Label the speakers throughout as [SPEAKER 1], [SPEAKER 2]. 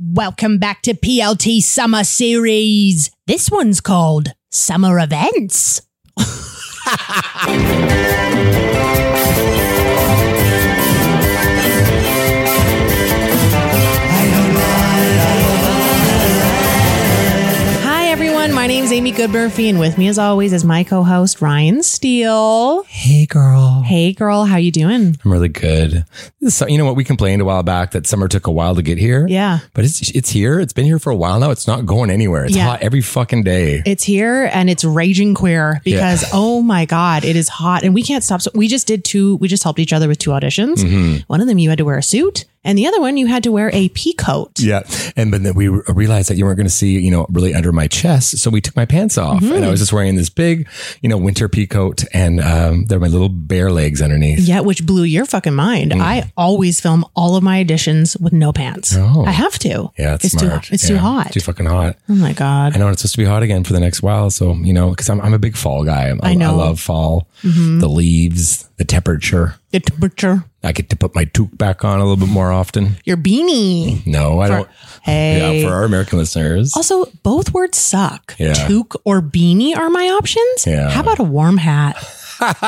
[SPEAKER 1] Welcome back to PLT Summer Series. This one's called Summer Events. Hi, everyone. My name's Amy Goodmurphy, and with me, as always, is my co-host Ryan Steele.
[SPEAKER 2] Hey, girl.
[SPEAKER 1] Hey, girl, how you doing?
[SPEAKER 2] I'm really good. So, you know what? We complained a while back that summer took a while to get here.
[SPEAKER 1] Yeah.
[SPEAKER 2] But it's it's here. It's been here for a while now. It's not going anywhere. It's
[SPEAKER 1] Yeah.
[SPEAKER 2] hot every fucking day.
[SPEAKER 1] It's here and it's raging queer because oh my god, it is hot and we can't stop. So we just did two. We just helped each other with two auditions.
[SPEAKER 2] Mm-hmm.
[SPEAKER 1] One of them you had to wear a suit, and the other one you had to wear a pea coat.
[SPEAKER 2] Yeah. And but then we re- realized that you weren't going to see, you know, really under my chest. So we took my pants off
[SPEAKER 1] Mm-hmm.
[SPEAKER 2] and I was just wearing this big, you know, winter pea coat and um, there were my little bare legs underneath.
[SPEAKER 1] Yeah, which blew your fucking mind.
[SPEAKER 2] Mm.
[SPEAKER 1] I always film all of my auditions with no pants.
[SPEAKER 2] Oh.
[SPEAKER 1] I have to.
[SPEAKER 2] Yeah. It's,
[SPEAKER 1] it's
[SPEAKER 2] smart.
[SPEAKER 1] too. It's too
[SPEAKER 2] Yeah.
[SPEAKER 1] hot.
[SPEAKER 2] Too fucking hot.
[SPEAKER 1] oh my
[SPEAKER 2] I
[SPEAKER 1] god.
[SPEAKER 2] know it's supposed to be hot again for the next while. So, you know, because I'm, I'm a big fall guy. I,
[SPEAKER 1] I know. Mm-hmm.
[SPEAKER 2] I love fall, the leaves, the temperature.
[SPEAKER 1] The temperature.
[SPEAKER 2] I get to put my toque back on a little bit more often.
[SPEAKER 1] Your beanie.
[SPEAKER 2] No, I
[SPEAKER 1] For-
[SPEAKER 2] don't.
[SPEAKER 1] Hey.
[SPEAKER 2] Yeah, for our American listeners.
[SPEAKER 1] Also, both words suck.
[SPEAKER 2] Yeah.
[SPEAKER 1] Toque or beanie are my options.
[SPEAKER 2] Yeah.
[SPEAKER 1] How about a warm hat?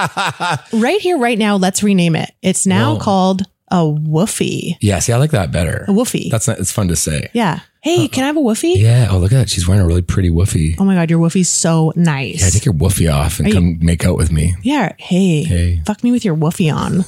[SPEAKER 1] right here, right now, let's rename it. It's now
[SPEAKER 2] Oh.
[SPEAKER 1] called a woofie.
[SPEAKER 2] yeah, see, I like that better.
[SPEAKER 1] A woofie.
[SPEAKER 2] That's not, it's fun to say.
[SPEAKER 1] yeah. Hey, can I have a woofie?
[SPEAKER 2] Yeah. Oh, look at that. She's wearing a really pretty woofie.
[SPEAKER 1] Oh my God, your woofie's so
[SPEAKER 2] Yeah,
[SPEAKER 1] nice.
[SPEAKER 2] take your woofie off and
[SPEAKER 1] Are you-
[SPEAKER 2] come make out with me.
[SPEAKER 1] Yeah. Hey,
[SPEAKER 2] Hey.
[SPEAKER 1] fuck me with your woofie on.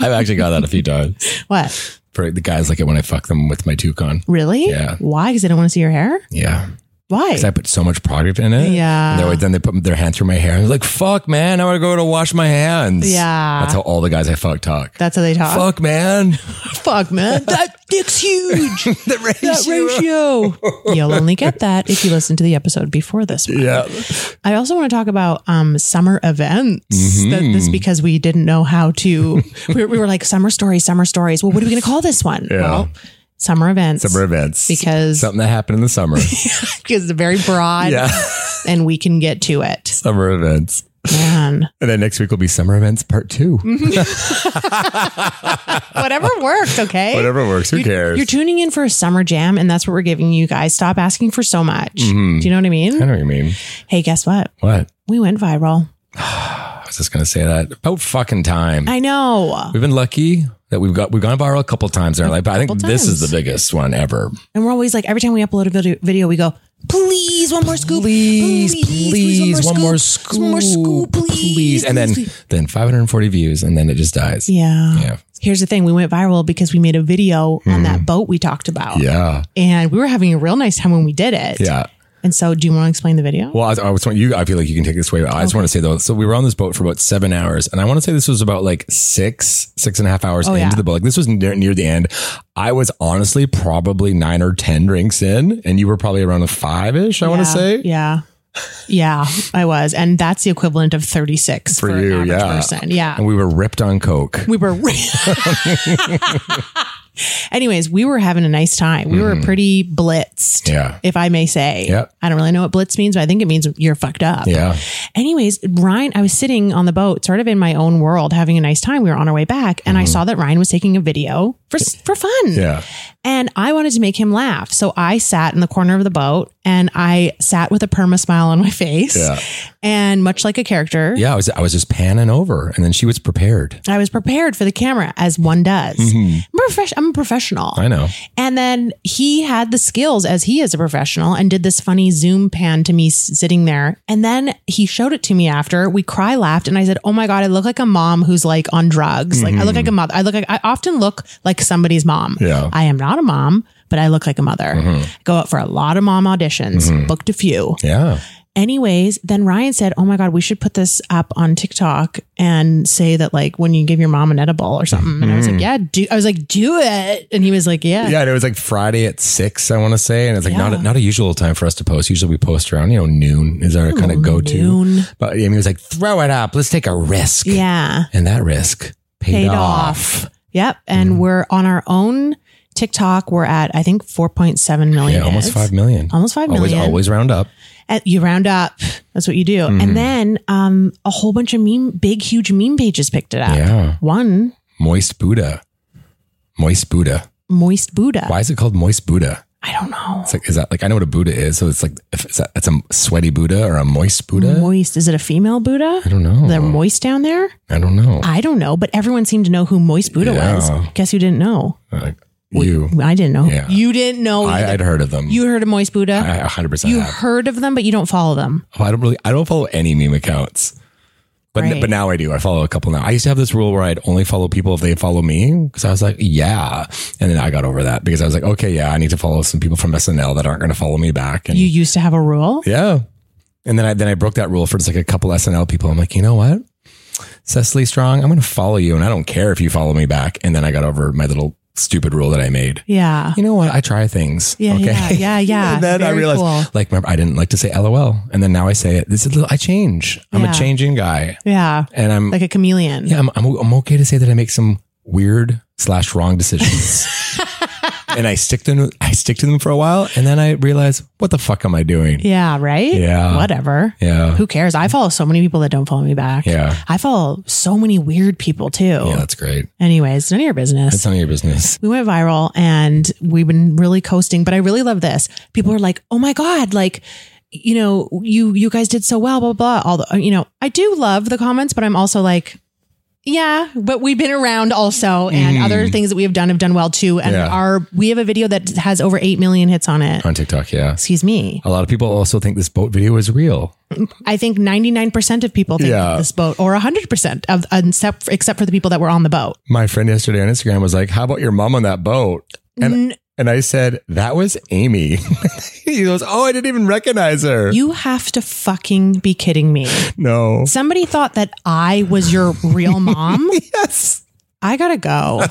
[SPEAKER 2] I've actually got that a few times.
[SPEAKER 1] What?
[SPEAKER 2] For the guys like it when I fuck them with my toque on.
[SPEAKER 1] Really?
[SPEAKER 2] Yeah.
[SPEAKER 1] Why? Because I don't want to see your hair?
[SPEAKER 2] Yeah.
[SPEAKER 1] Why?
[SPEAKER 2] Because I put so much product in it.
[SPEAKER 1] Yeah.
[SPEAKER 2] And they're like- then they put their hand through my hair and they're like, fuck, man, I want to go to wash my hands.
[SPEAKER 1] Yeah.
[SPEAKER 2] That's how all the guys I fuck talk.
[SPEAKER 1] That's how they talk.
[SPEAKER 2] fuck, man.
[SPEAKER 1] Fuck, man. That dick's huge.
[SPEAKER 2] the ratio.
[SPEAKER 1] that ratio. You'll only get that if you listen to the episode before this one.
[SPEAKER 2] Yeah.
[SPEAKER 1] I also want to talk about um, summer events. That-
[SPEAKER 2] Mm-hmm.
[SPEAKER 1] this because we didn't know how to. we, were, we were like summer stories, summer stories. Well, what are we going to call this one? Well, summer events.
[SPEAKER 2] Summer events.
[SPEAKER 1] Because-
[SPEAKER 2] something that happened in the summer.
[SPEAKER 1] because it's very broad,
[SPEAKER 2] yeah.
[SPEAKER 1] and we can get to it.
[SPEAKER 2] summer events.
[SPEAKER 1] Man,
[SPEAKER 2] And then next week will be summer events part 2
[SPEAKER 1] Mhm. whatever works. Okay,
[SPEAKER 2] Whatever works. Who cares?
[SPEAKER 1] You're tuning in for a summer jam, and that's what we're giving you guys. Stop asking for so much.
[SPEAKER 2] Mm-hmm.
[SPEAKER 1] Do you know what I mean?
[SPEAKER 2] I know what you mean.
[SPEAKER 1] Hey, guess what?
[SPEAKER 2] What?
[SPEAKER 1] We went viral.
[SPEAKER 2] I was just going to say that. About fucking time.
[SPEAKER 1] I know,
[SPEAKER 2] we've been lucky that we've got, we've gone viral a couple times in our life, but I think
[SPEAKER 1] Couple
[SPEAKER 2] this is
[SPEAKER 1] times.
[SPEAKER 2] the biggest one ever.
[SPEAKER 1] and we're always like, every time we upload a video, video we go. Please, one more scoop.
[SPEAKER 2] Please, please, one more scoop.
[SPEAKER 1] One more scoop, please.
[SPEAKER 2] And then,
[SPEAKER 1] please.
[SPEAKER 2] then 540 views and then it just dies.
[SPEAKER 1] Yeah.
[SPEAKER 2] Yeah.
[SPEAKER 1] Here's the thing we went viral because we made a video on that boat we talked about.
[SPEAKER 2] Hmm. Yeah.
[SPEAKER 1] And we were having a real nice time when we did it.
[SPEAKER 2] Yeah.
[SPEAKER 1] And so, do you want to explain the video?
[SPEAKER 2] Well, I, I was want you. I feel like you can take this way. but I just want to say though. So we were on this boat for about seven hours, and I want to say this was about like six, six and a half hours
[SPEAKER 1] Oh,
[SPEAKER 2] into
[SPEAKER 1] yeah.
[SPEAKER 2] the boat. Like this was near, near the end. I was honestly probably nine or ten drinks in, and you were probably around a five ish. I want to
[SPEAKER 1] Yeah,
[SPEAKER 2] say.
[SPEAKER 1] yeah. Yeah, I was. And that's the equivalent of 36
[SPEAKER 2] For
[SPEAKER 1] for, an
[SPEAKER 2] you,
[SPEAKER 1] average
[SPEAKER 2] yeah.
[SPEAKER 1] person. Yeah.
[SPEAKER 2] And we were ripped on coke.
[SPEAKER 1] We were. Anyways, we were having a nice time. We
[SPEAKER 2] Hmm.
[SPEAKER 1] were pretty blitzed,
[SPEAKER 2] Yeah.
[SPEAKER 1] if I may say.
[SPEAKER 2] Yep.
[SPEAKER 1] I don't really know what blitz means, but I think it means you're fucked up.
[SPEAKER 2] Yeah.
[SPEAKER 1] Anyways, Ryan, I was sitting on the boat, sort of in my own world, having a nice time. We were on our way back, and I saw that Ryan was taking a video for s- for fun.
[SPEAKER 2] Mm-hmm. Yeah.
[SPEAKER 1] And I wanted to make him laugh. So I sat in the corner of the boat and I sat with a perma smile on my face.
[SPEAKER 2] Yeah.
[SPEAKER 1] And much like a character,
[SPEAKER 2] Yeah. I was, I was just panning over and then she was prepared.
[SPEAKER 1] I was prepared for the camera as one does.
[SPEAKER 2] Mm-hmm.
[SPEAKER 1] I'm, a profes- I'm a professional.
[SPEAKER 2] I know.
[SPEAKER 1] And then he had the skills as he is a professional and did this funny zoom pan to me s- sitting there. And then he showed it to me after we cry laughed. And I said, Oh my God, I look like a mom who's like on drugs. Like I look like a mother. I look like, I often look like somebody's mom.
[SPEAKER 2] Yeah.
[SPEAKER 1] I am not a mom, but I look like a mother. Go out for a lot of mom auditions, booked a few.
[SPEAKER 2] Yeah.
[SPEAKER 1] Anyways, then Ryan said, Oh my God, we should put this up on TikTok and say that like when you give your mom an edible or something. And I was like, Yeah, do I was like, do it. And he was like, Yeah.
[SPEAKER 2] Yeah. And it was like Friday at six, I want to say. And it's like not,
[SPEAKER 1] Yeah.
[SPEAKER 2] a, not a usual time for us to post. Usually we post around, you know, noon is our kind of go to.
[SPEAKER 1] noon.
[SPEAKER 2] But I mean, it was like, throw it up. Let's take a risk.
[SPEAKER 1] Yeah.
[SPEAKER 2] And that risk paid,
[SPEAKER 1] Paid
[SPEAKER 2] off. Mm-hmm.
[SPEAKER 1] off. Yep. And we're on our own TikTok. We're at, I think, 4.7 million.
[SPEAKER 2] Yeah. Almost
[SPEAKER 1] hits.
[SPEAKER 2] five million.
[SPEAKER 1] Almost five
[SPEAKER 2] Always,
[SPEAKER 1] million.
[SPEAKER 2] always Mm-hmm. round up.
[SPEAKER 1] And you round up. That's what you do. And then um, a whole bunch of meme, big, huge meme pages picked it up.
[SPEAKER 2] Yeah.
[SPEAKER 1] One,
[SPEAKER 2] Moist Buddha. Moist Buddha.
[SPEAKER 1] Moist Buddha.
[SPEAKER 2] Why is it called Moist Buddha?
[SPEAKER 1] I don't know.
[SPEAKER 2] It's like, is that like, I know what a Buddha is. So it's like, if it's a, it's a sweaty Buddha or a moist Buddha.
[SPEAKER 1] Moist. Is it a female Buddha?
[SPEAKER 2] I don't know.
[SPEAKER 1] They're moist down there?
[SPEAKER 2] I don't know.
[SPEAKER 1] I don't know, but everyone seemed to know who Moist Buddha
[SPEAKER 2] Yeah.
[SPEAKER 1] was. Guess who didn't know?
[SPEAKER 2] Uh, you.
[SPEAKER 1] I didn't know.
[SPEAKER 2] Yeah.
[SPEAKER 1] You didn't know.
[SPEAKER 2] I,
[SPEAKER 1] either.
[SPEAKER 2] I'd heard of them.
[SPEAKER 1] you heard of Moist Buddha?
[SPEAKER 2] I 100%
[SPEAKER 1] you
[SPEAKER 2] have.
[SPEAKER 1] heard of them, but you don't follow them.
[SPEAKER 2] Oh, I don't really, I don't follow any meme accounts. But,
[SPEAKER 1] Right.
[SPEAKER 2] but now I do. I follow a couple now. I used to have this rule where I'd only follow people if they follow me because I was like, yeah. And then I got over that because I was like, okay, yeah, I need to follow some people from SNL that aren't going to follow me back. And
[SPEAKER 1] You used to have a rule.
[SPEAKER 2] yeah. And then I, then I broke that rule for just like a couple SNL people. I'm like, you know what? Cecily Strong, I'm going to follow you and I don't care if you follow me back. And then I got over my little stupid rule that I made.
[SPEAKER 1] Yeah.
[SPEAKER 2] you know what? I try things.
[SPEAKER 1] Yeah,
[SPEAKER 2] okay?
[SPEAKER 1] yeah, yeah, yeah.
[SPEAKER 2] and then I
[SPEAKER 1] Very
[SPEAKER 2] realized,
[SPEAKER 1] cool.
[SPEAKER 2] like, remember, I didn't like to say LOL, and then now I say it. This is a little, I change. I'm
[SPEAKER 1] Yeah.
[SPEAKER 2] a changing guy,
[SPEAKER 1] Yeah.
[SPEAKER 2] and I'm
[SPEAKER 1] Like a chameleon.
[SPEAKER 2] yeah, I'm, I'm I'm okay to say that I make some weird slash wrong decisions, and I stick to them. I stick to them for a while, and then I realize, what the fuck am I doing?
[SPEAKER 1] Yeah, right?
[SPEAKER 2] Yeah.
[SPEAKER 1] Whatever.
[SPEAKER 2] Yeah,
[SPEAKER 1] Who cares? I follow so many people that don't follow me back.
[SPEAKER 2] yeah,
[SPEAKER 1] I follow so many weird people too.
[SPEAKER 2] yeah. That's great.
[SPEAKER 1] Anyways, none of your business.
[SPEAKER 2] That's none of your business.
[SPEAKER 1] we went viral and we've been really coasting but i really love this people are like oh my god like you know you you guys did so well blah blah blah although you know i do love the comments but i'm also like yeah but we've been around also and other things that we have done have done well too and
[SPEAKER 2] Mm. Yeah.
[SPEAKER 1] our we have a video that has over 8 million hits on it
[SPEAKER 2] On TikTok, yeah.
[SPEAKER 1] excuse me
[SPEAKER 2] A lot of people also think this boat video is real.
[SPEAKER 1] i think 99% of people think
[SPEAKER 2] Yeah.
[SPEAKER 1] this boat or 100% of except for, except for the people that were on the boat
[SPEAKER 2] My friend yesterday on Instagram was like, "How about your mom on that boat?" And and I said, "That was Amy." he goes, "Oh, I didn't even recognize her."
[SPEAKER 1] you have to fucking be kidding me
[SPEAKER 2] no.
[SPEAKER 1] Somebody thought that I was your real mom.
[SPEAKER 2] Yes.
[SPEAKER 1] I gotta go.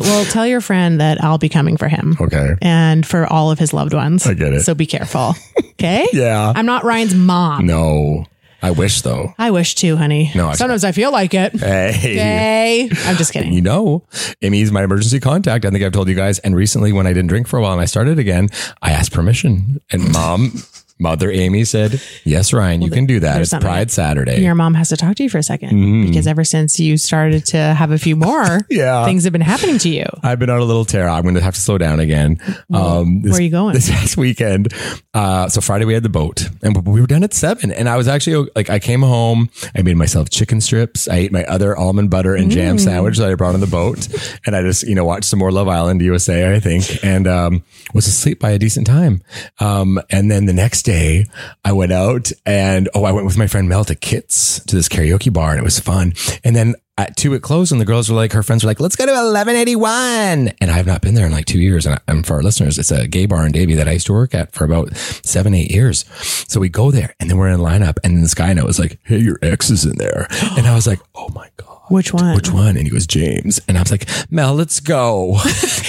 [SPEAKER 1] well, tell your friend that I'll be coming for him
[SPEAKER 2] Okay.
[SPEAKER 1] and for all of his loved ones.
[SPEAKER 2] I get it.
[SPEAKER 1] So be careful. Okay.
[SPEAKER 2] Yeah.
[SPEAKER 1] I'm not Ryan's mom.
[SPEAKER 2] no. I wish though.
[SPEAKER 1] I wish to, honey.
[SPEAKER 2] No, I-
[SPEAKER 1] Sometimes I feel like it.
[SPEAKER 2] Hey.
[SPEAKER 1] Hey. I'm just kidding.
[SPEAKER 2] You know, Amy's my emergency contact. I think I've told you guys. And recently, when I didn't drink for a while and I started again, I asked permission. And mom, mother Amy said, Yes, Ryan, you can do that.
[SPEAKER 1] there's
[SPEAKER 2] It's
[SPEAKER 1] something-
[SPEAKER 2] Pride Saturday.
[SPEAKER 1] Your mom has to talk to you for a 2nd because ever since you started to have a few more,
[SPEAKER 2] Mm-hmm. Yeah.
[SPEAKER 1] things have been happening to you.
[SPEAKER 2] I've been on a little tear. I'm going to have to slow down again. Um, this,
[SPEAKER 1] where are you going?
[SPEAKER 2] This past weekend. Uh, so Friday we had the boat and we were done at seven. And I was actually like, I came home. I made myself chicken strips. I ate my other almond butter and
[SPEAKER 1] Mm.
[SPEAKER 2] jam sandwich that I brought on the boat. And I just, you know, watched some more Love Island USA, I think, and um, was asleep by a decent time. Um, and then the next day I went out and, oh, I went with my friend Mel to Kits to this karaoke bar and it was fun. And then at two it closed and the girls were like her friends were like let's go to 1181 and i've not been there in like two years and, I, and for our listeners it's a gay bar in davie that i used to work at for about seven eight years so we go there and then we're in lineup and this guy i know is like hey your ex is in there and i was like oh my god
[SPEAKER 1] Which one?
[SPEAKER 2] which one and he goes james and i was like mel let's go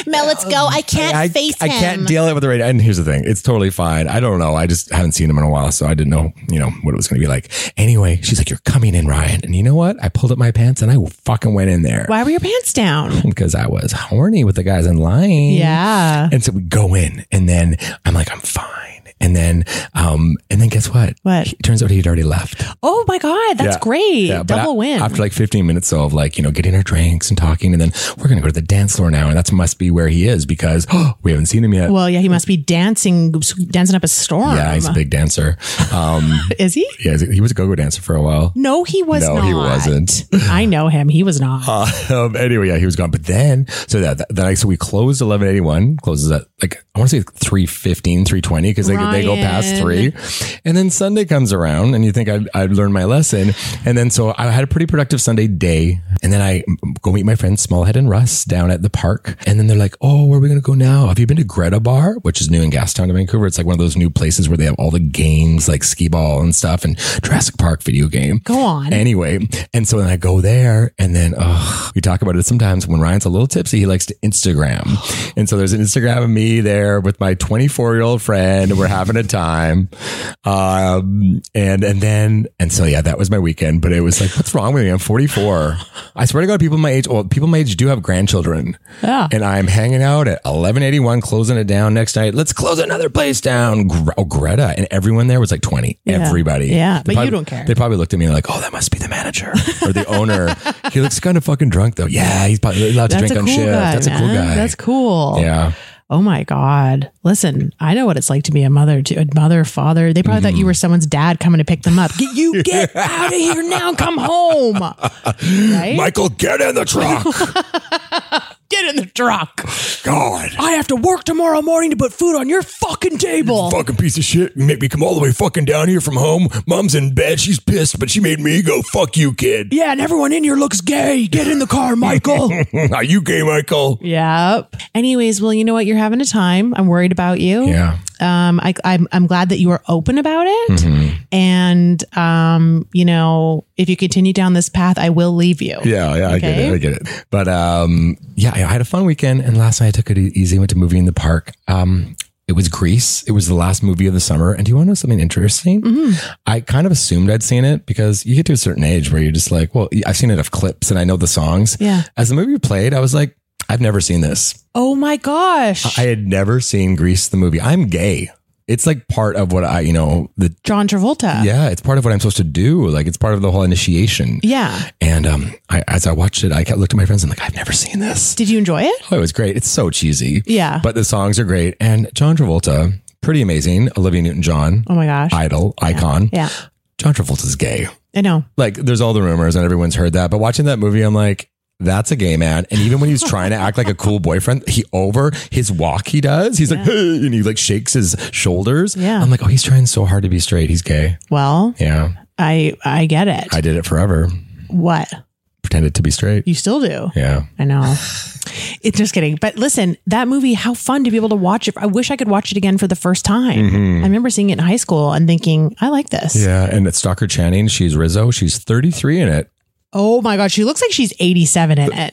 [SPEAKER 3] Mel, let's go. I can't
[SPEAKER 2] Oh, I,
[SPEAKER 3] face
[SPEAKER 2] I
[SPEAKER 3] him.
[SPEAKER 2] can't deal it with the radio. And here's the thing: it's totally fine. I don't know. I just haven't seen him in a while, so I didn't know, you know, what it was going to be like. Anyway, she's like, "You're coming in, Ryan," and you know what? I pulled up my pants and I fucking went in there
[SPEAKER 1] Why were your pants down?
[SPEAKER 2] because I was horny with the guys in line.
[SPEAKER 1] Yeah.
[SPEAKER 2] And so we go in, and then I'm like, "I'm fine," and then, um, and then guess what?
[SPEAKER 1] What?
[SPEAKER 2] It turns out he'd already left.
[SPEAKER 1] Oh my God, that's
[SPEAKER 2] Yeah.
[SPEAKER 1] great.
[SPEAKER 2] Yeah, but
[SPEAKER 1] Double
[SPEAKER 2] a-
[SPEAKER 1] win.
[SPEAKER 2] After like 15 minutes though, of like, you know, getting our drinks and talking, and then we're going to go to the dance floor now. And that must be where he is because we haven't seen him yet.
[SPEAKER 1] well, yeah, he must be dancing, dancing up a storm.
[SPEAKER 2] yeah, he's a big dancer. Um,
[SPEAKER 1] Is he?
[SPEAKER 2] yeah, he's- he was a go-go dancer for a while.
[SPEAKER 1] No, he was
[SPEAKER 2] No,
[SPEAKER 1] not.
[SPEAKER 2] he wasn't.
[SPEAKER 1] I know him. He was not.
[SPEAKER 2] Um, anyway, yeah, he was gone. But then, so that, that, that- so we closed 1181, closes at like, I want to say 315, 320, because they, they go past
[SPEAKER 1] Ryan.
[SPEAKER 2] three. And then Sunday comes around and you think I'd, I'd learned my lesson. And then, so I had a pretty productive Sunday day. And then I go meet my friends Smallhead and Russ down at the park. And then they're like, oh, where are we going to go now? Have you been to Greta Bar, which is new in Gastown to Vancouver? It's like one of those new places where they have all the games like skee ball and stuff and Jurassic Park video game.
[SPEAKER 1] Go on.
[SPEAKER 2] Anyway, and so then I go there, and then oh, we talk about it sometimes. When Ryan's a little tipsy, he likes to Instagram, and so there's an Instagram of me there with my 24 year old friend. and We're having a time, um, and and then and so yeah, that was my weekend. But it was like, what's wrong with me? I'm 44. I swear to God, people my age, well, people my age do have grandchildren,
[SPEAKER 1] Yeah.
[SPEAKER 2] and I'm hanging out at 1181, closing it down next night. Let's close another place down. Gre- oh, Greta, and everyone there was like 20. Everybody,
[SPEAKER 1] Yeah,
[SPEAKER 2] They
[SPEAKER 1] but you don't care.
[SPEAKER 2] They they probably looked at me like, "Oh, that must be the manager or the owner." he looks kind of fucking drunk though. Yeah, he's probably allowed to
[SPEAKER 1] That's
[SPEAKER 2] drink
[SPEAKER 1] a
[SPEAKER 2] on
[SPEAKER 1] cool
[SPEAKER 2] shift.
[SPEAKER 1] guy.
[SPEAKER 2] That's a cool
[SPEAKER 1] man.
[SPEAKER 2] guy.
[SPEAKER 1] That's cool.
[SPEAKER 2] Yeah,
[SPEAKER 1] Oh my God. Listen, I know what it's like to be a mother to a mother, father. They probably
[SPEAKER 2] Mm-hmm.
[SPEAKER 1] thought you were someone's dad coming to pick them up. Get you get out of here now. Come home. Right?
[SPEAKER 2] Michael, get in the truck.
[SPEAKER 1] get in the truck.
[SPEAKER 2] God,
[SPEAKER 1] I have to work tomorrow morning to put food on your fucking table.
[SPEAKER 2] fucking piece of shit. You make me come all the way fucking down here from home. Mom's in bed. She's pissed, but she made me go. Fuck you, kid.
[SPEAKER 1] Yeah, and everyone in here looks gay. Get in the car, Michael.
[SPEAKER 2] Are you gay, Michael?
[SPEAKER 1] yep. Anyways, well, you know what? You're having a time. I'm worried about you.
[SPEAKER 2] Yeah.
[SPEAKER 1] Um, I, I'm, I'm glad that you are open about it.
[SPEAKER 2] Mm-hmm.
[SPEAKER 1] And, um, you know, if you continue down this path, I will leave you.
[SPEAKER 2] Yeah, yeah, I get
[SPEAKER 1] Okay.
[SPEAKER 2] it. I get it. But um, yeah, I had a fun weekend, and last night I took it e-, easy. Went to a movie in the park. Um, it was Grease. It was the last movie of the summer. And do you want to know something interesting?
[SPEAKER 1] Mm-hmm.
[SPEAKER 2] I kind of assumed I'd seen it because you get to a certain age where you're just like, well, I've seen enough clips and I know the songs.
[SPEAKER 1] Yeah.
[SPEAKER 2] As the movie played, I was like, I've never seen this.
[SPEAKER 1] Oh my gosh.
[SPEAKER 2] I had never seen Grease the movie. I'm gay. It's like part of what I, you know, the
[SPEAKER 1] John Travolta.
[SPEAKER 2] yeah, it's part of what I'm supposed to do. Like it's part of the whole initiation.
[SPEAKER 1] Yeah.
[SPEAKER 2] And um, I, as I watched it, I kept looked at my friends and like, I've never seen this.
[SPEAKER 1] Did you enjoy it?
[SPEAKER 2] Oh, it was great. It's so cheesy.
[SPEAKER 1] Yeah.
[SPEAKER 2] But the songs are great. And John Travolta, pretty amazing. Olivia Newton John,
[SPEAKER 1] Oh my gosh.
[SPEAKER 2] idol, icon.
[SPEAKER 1] yeah.
[SPEAKER 2] John Travolta's gay.
[SPEAKER 1] I know.
[SPEAKER 2] Like, there's all the rumors and everyone's heard that. But watching that movie, I'm like, that's a gay man. And even when he's trying to act like a cool boyfriend, he over his walk he does, he's like, "Hey," and he like shakes his shoulders.
[SPEAKER 1] Yeah.
[SPEAKER 2] I'm like, oh, he's trying so hard to be straight. He's gay.
[SPEAKER 1] Well,
[SPEAKER 2] Yeah.
[SPEAKER 1] I, I get it.
[SPEAKER 2] I did it forever.
[SPEAKER 1] what?
[SPEAKER 2] Pretended to be straight.
[SPEAKER 1] You still do.
[SPEAKER 2] Yeah.
[SPEAKER 1] I know. it's just kidding. But listen, that movie, how fun to be able to watch it. I wish I could watch it again for the first time. I remember seeing it in high school and thinking, I like this.
[SPEAKER 2] Mm-hmm. Yeah, and it's Stalker Channing. She's Rizzo. She's 33 in it.
[SPEAKER 1] Oh my God. She looks like she's 87 in it.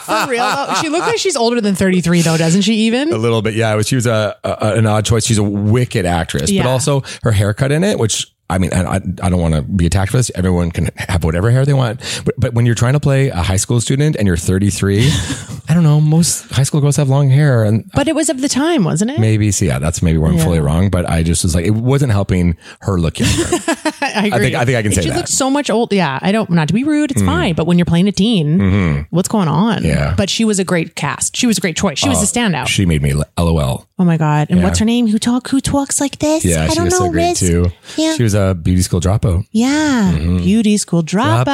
[SPEAKER 1] for real? though? She looks like she's older than 33, though, doesn't she
[SPEAKER 2] A
[SPEAKER 1] even?
[SPEAKER 2] little bit, yeah. It was, she was a, a an odd choice. She's a wicked actress,
[SPEAKER 1] Yeah.
[SPEAKER 2] but also her haircut in it, which I mean, and I, I don't want to be attacked for this. Everyone can have whatever hair they want, but, but when you're trying to play a high school student and you're 33, I don't know. Most high school girls have long hair, and
[SPEAKER 1] But it was of the time, wasn't it?
[SPEAKER 2] maybe see, yeah, that's maybe where I'm fully wrong. But I just was like, it wasn't helping her look younger.
[SPEAKER 1] I agree.
[SPEAKER 2] think- I think I can say
[SPEAKER 1] she
[SPEAKER 2] that. Mm-hmm.
[SPEAKER 1] looks so much old. Yeah, I don't. Not to be rude, it's fine. But when you're playing a teen, what's going on?
[SPEAKER 2] Yeah. Oh,
[SPEAKER 1] But she was a great cast. She was a great choice. She was a standout.
[SPEAKER 2] she made me lol.
[SPEAKER 1] oh my god! And what's her name? Who talk? Who talks like this?
[SPEAKER 2] Yeah,
[SPEAKER 1] I
[SPEAKER 2] she
[SPEAKER 1] don't
[SPEAKER 2] was
[SPEAKER 1] know.
[SPEAKER 2] so great
[SPEAKER 1] Riz.
[SPEAKER 2] too.
[SPEAKER 1] Yeah.
[SPEAKER 2] She was a beauty school dropout.
[SPEAKER 1] Yeah,
[SPEAKER 2] Mm-hmm.
[SPEAKER 1] beauty school dropout.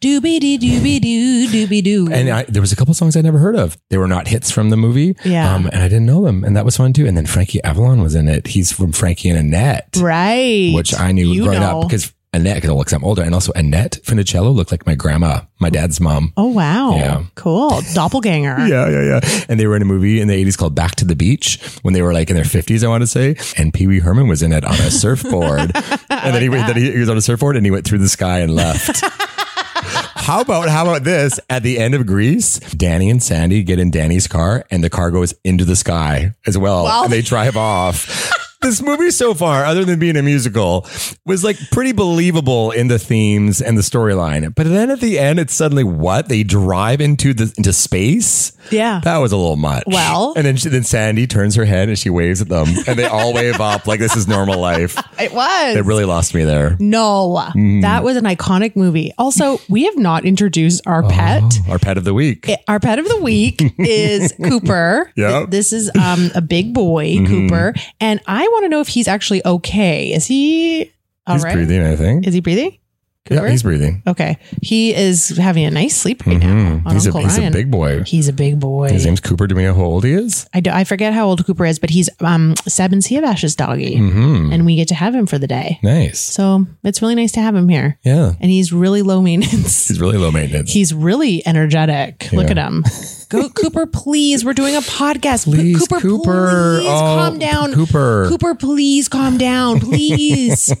[SPEAKER 1] Doobie doo doobie doo doobie doo.
[SPEAKER 2] And I, there was a couple songs I never heard of. They were not hits from the movie.
[SPEAKER 1] Yeah.
[SPEAKER 2] Um, and I didn't know them. And that was fun too. And then Frankie Avalon was in it. He's from Frankie and Annette,
[SPEAKER 1] right,
[SPEAKER 2] which I knew
[SPEAKER 1] You
[SPEAKER 2] growing
[SPEAKER 1] know.
[SPEAKER 2] up because Annette, because I'm older, and also Annette Funicello looked like my grandma, my dad's mom.
[SPEAKER 1] Oh wow.
[SPEAKER 2] Yeah.
[SPEAKER 1] Cool. Doppelganger.
[SPEAKER 2] Yeah, yeah, yeah. And they were in a movie in the 80s called Back to the Beach when they were like in their 50s, I want to say. And Pee Wee Herman was in it on a surfboard. and then, he, went then he, he was on a surfboard and he went through the sky and left. How about how about this? At the end of Greece, Danny and Sandy get in Danny's car, and the car goes into the sky as well, and they drive off. this movie so far, other than being a musical, was like pretty believable in the themes and the storyline. But then at the end, it's suddenly what they drive into the into space.
[SPEAKER 1] Yeah.
[SPEAKER 2] that was a little much.
[SPEAKER 1] Well-
[SPEAKER 2] and then she, then Sandy turns her head and she waves at them, and they all wave up like this is normal life.
[SPEAKER 1] It was.
[SPEAKER 2] It really Mm-hmm. lost me there.
[SPEAKER 1] no. That was an iconic movie. Also, we have not introduced our
[SPEAKER 2] Oh.
[SPEAKER 1] pet.
[SPEAKER 2] Our pet of the week.
[SPEAKER 1] It- our pet of the week is Cooper.
[SPEAKER 2] Yep.
[SPEAKER 1] Th- This is um, a big boy,
[SPEAKER 2] Mm-hmm.
[SPEAKER 1] Cooper. And I want to know if he's actually okay. Is he all right?
[SPEAKER 2] He's breathing, I think.
[SPEAKER 1] Is he breathing? Cooper?
[SPEAKER 2] Yeah, he's breathing.
[SPEAKER 1] okay. He is having a nice sleep right now. on
[SPEAKER 2] He's, a,
[SPEAKER 1] Uncle
[SPEAKER 2] he's a
[SPEAKER 1] Ryan.
[SPEAKER 2] big boy.
[SPEAKER 1] He's a big boy.
[SPEAKER 2] His name's Cooper. Do we know how old Mm-hmm. he is?
[SPEAKER 1] I, do, I forget how old Cooper is, but he's um, Seven Siavash's doggy.
[SPEAKER 2] Mm-hmm.
[SPEAKER 1] And we get to have him for the day.
[SPEAKER 2] Nice.
[SPEAKER 1] So it's really nice to have him here.
[SPEAKER 2] Yeah.
[SPEAKER 1] And he's really low maintenance.
[SPEAKER 2] He's really low maintenance.
[SPEAKER 1] He's really energetic. Look
[SPEAKER 2] Yeah.
[SPEAKER 1] at him. Go, Cooper, please. We're doing a podcast.
[SPEAKER 2] Please,
[SPEAKER 1] Cooper,
[SPEAKER 2] Cooper.
[SPEAKER 1] please
[SPEAKER 2] Oh,
[SPEAKER 1] calm down.
[SPEAKER 2] Cooper.
[SPEAKER 1] Cooper, please calm down. Please.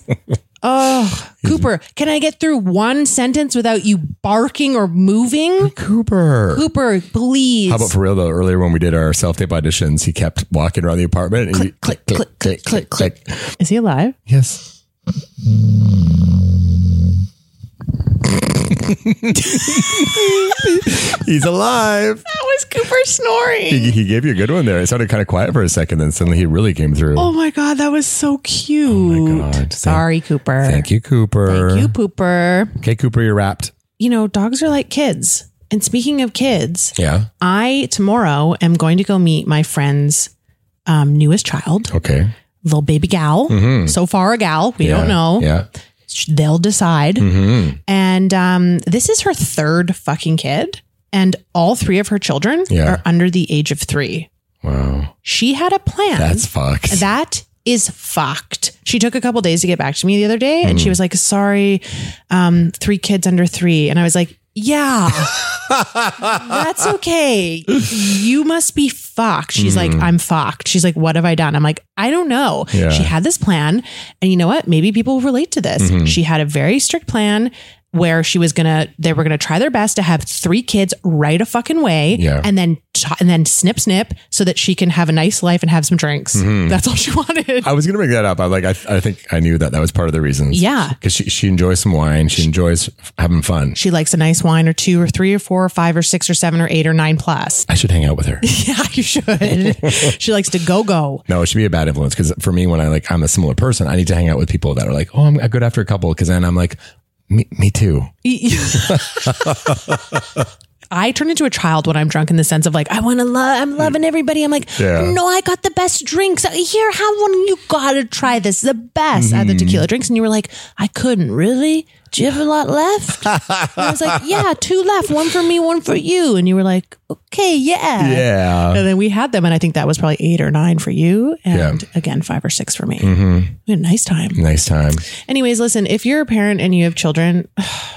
[SPEAKER 1] oh, Cooper, can I get through one sentence without you barking or moving?
[SPEAKER 2] Cooper.
[SPEAKER 1] Cooper, please.
[SPEAKER 2] How about for real though? Earlier when we did our self tape auditions, he kept walking around the apartment. And click, click, click, click, click, click,
[SPEAKER 1] Is he alive?
[SPEAKER 2] Yes. He's alive.
[SPEAKER 1] That was Cooper snoring.
[SPEAKER 2] He, he gave you a good one there. It sounded kind of quiet for a second, then suddenly he really came through.
[SPEAKER 1] Oh my God, that was so cute.
[SPEAKER 2] Oh God. Thank-
[SPEAKER 1] Sorry, Cooper.
[SPEAKER 2] Thank you, Cooper.
[SPEAKER 1] Thank you, Pooper.
[SPEAKER 2] Okay, Cooper, you're wrapped.
[SPEAKER 1] You know, dogs are like kids. And speaking of kids,
[SPEAKER 2] Yeah.
[SPEAKER 1] I tomorrow am going to go meet my friend's um, newest child,
[SPEAKER 2] Okay.
[SPEAKER 1] little baby gal. So far, a gal. We
[SPEAKER 2] Mm-hmm. Yeah.
[SPEAKER 1] don't know.
[SPEAKER 2] Yeah. Hmm. Mm-hmm.
[SPEAKER 1] Sh- They'll decide. And um, this is her third fucking kid. And all three of her children
[SPEAKER 2] Yeah.
[SPEAKER 1] are under the age of three.
[SPEAKER 2] Wow.
[SPEAKER 1] She had a plan.
[SPEAKER 2] That's fucked.
[SPEAKER 1] That is fucked. She took a couple days to get back to me the other day and she was like, sorry, um, three kids under three. And I was like, yeah, that's okay. You must be fucked. She's like, I'm fucked. She's like, what have I done? I'm like, I don't know.
[SPEAKER 2] Yeah.
[SPEAKER 1] She had this plan. And you know what? Maybe people relate to this.
[SPEAKER 2] Mm-hmm.
[SPEAKER 1] She had a very strict plan where she was gonna, they were gonna try their best to have three kids right a fucking way
[SPEAKER 2] Yeah.
[SPEAKER 1] and then t- and then snip snip so that she can have a nice life and have some drinks. That's all she wanted.
[SPEAKER 2] Mm-hmm. I was gonna bring that up. I like. I, I think I knew that that was part of the reason.
[SPEAKER 1] Yeah.
[SPEAKER 2] because she, she enjoys some wine. She enjoys having fun.
[SPEAKER 1] She likes a nice wine or two or three or four or five or six or seven or eight or nine plus.
[SPEAKER 2] I should hang out with her.
[SPEAKER 1] Yeah, you should. she likes to go go.
[SPEAKER 2] No, it should be a bad influence because for me, when I like, I'm a similar person. I need to hang out with people that are like, oh, I'm good after a couple because then I'm like, me, me too.
[SPEAKER 1] I turn into a child when I'm drunk in the sense of like I want to love. I'm loving everybody. I'm like,
[SPEAKER 2] Yeah.
[SPEAKER 1] no, I got the best drinks Uh, here. Have one. You gotta try this. The best at the
[SPEAKER 2] Mm-hmm.
[SPEAKER 1] tequila drinks. And you were like, I couldn't really. Do you have a lot left? and I was like, yeah, two left. One for me, one for you. And you were like, okay, yeah.
[SPEAKER 2] Yeah.
[SPEAKER 1] And then we had them, and I think that was probably eight or nine for you, and
[SPEAKER 2] Yeah. Mm-hmm.
[SPEAKER 1] again five or six for me. We had a nice time.
[SPEAKER 2] Nice time.
[SPEAKER 1] Anyways, listen, if you're a parent and you have children,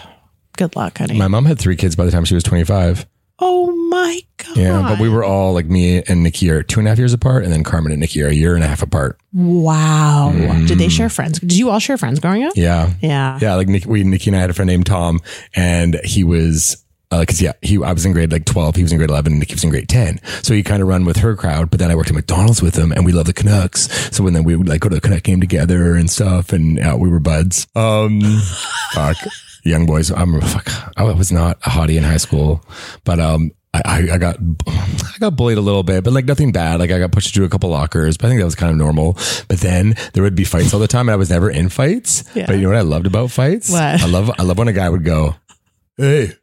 [SPEAKER 1] good luck, honey.
[SPEAKER 2] My mom had three kids by the time she was 25.
[SPEAKER 1] oh my god!
[SPEAKER 2] Yeah. But we were all like, me and Nikki are two and a half years apart. And then Carmen and Nikki are a year and a half apart.
[SPEAKER 1] Wow. Did they share friends? Did you all share friends growing up?
[SPEAKER 2] Yeah.
[SPEAKER 1] Yeah.
[SPEAKER 2] Mm. Yeah, like Nick, we Nikki and I had a friend named Tom, and he was because yeah, he I was in grade like twelve, he was in grade eleven, and Nikki was in grade ten. So he kind of run with her crowd, but then I worked at McDonald's with him, and we love the Canucks. So when then we would like go to the Canuck game together and stuff, and uh, we were buds. Um, fuck, young boys. I'm fuck. I was not a hottie in high school, but um. I- I, I got I got bullied a little bit, but like nothing bad. Like I got pushed through a couple lockers, but I think that was kind of normal. But then there would be fights all the time, and I was never in fights.
[SPEAKER 1] Yeah.
[SPEAKER 2] But you know what I loved about fights?
[SPEAKER 1] What?
[SPEAKER 2] I love I love when a guy would go, Hey,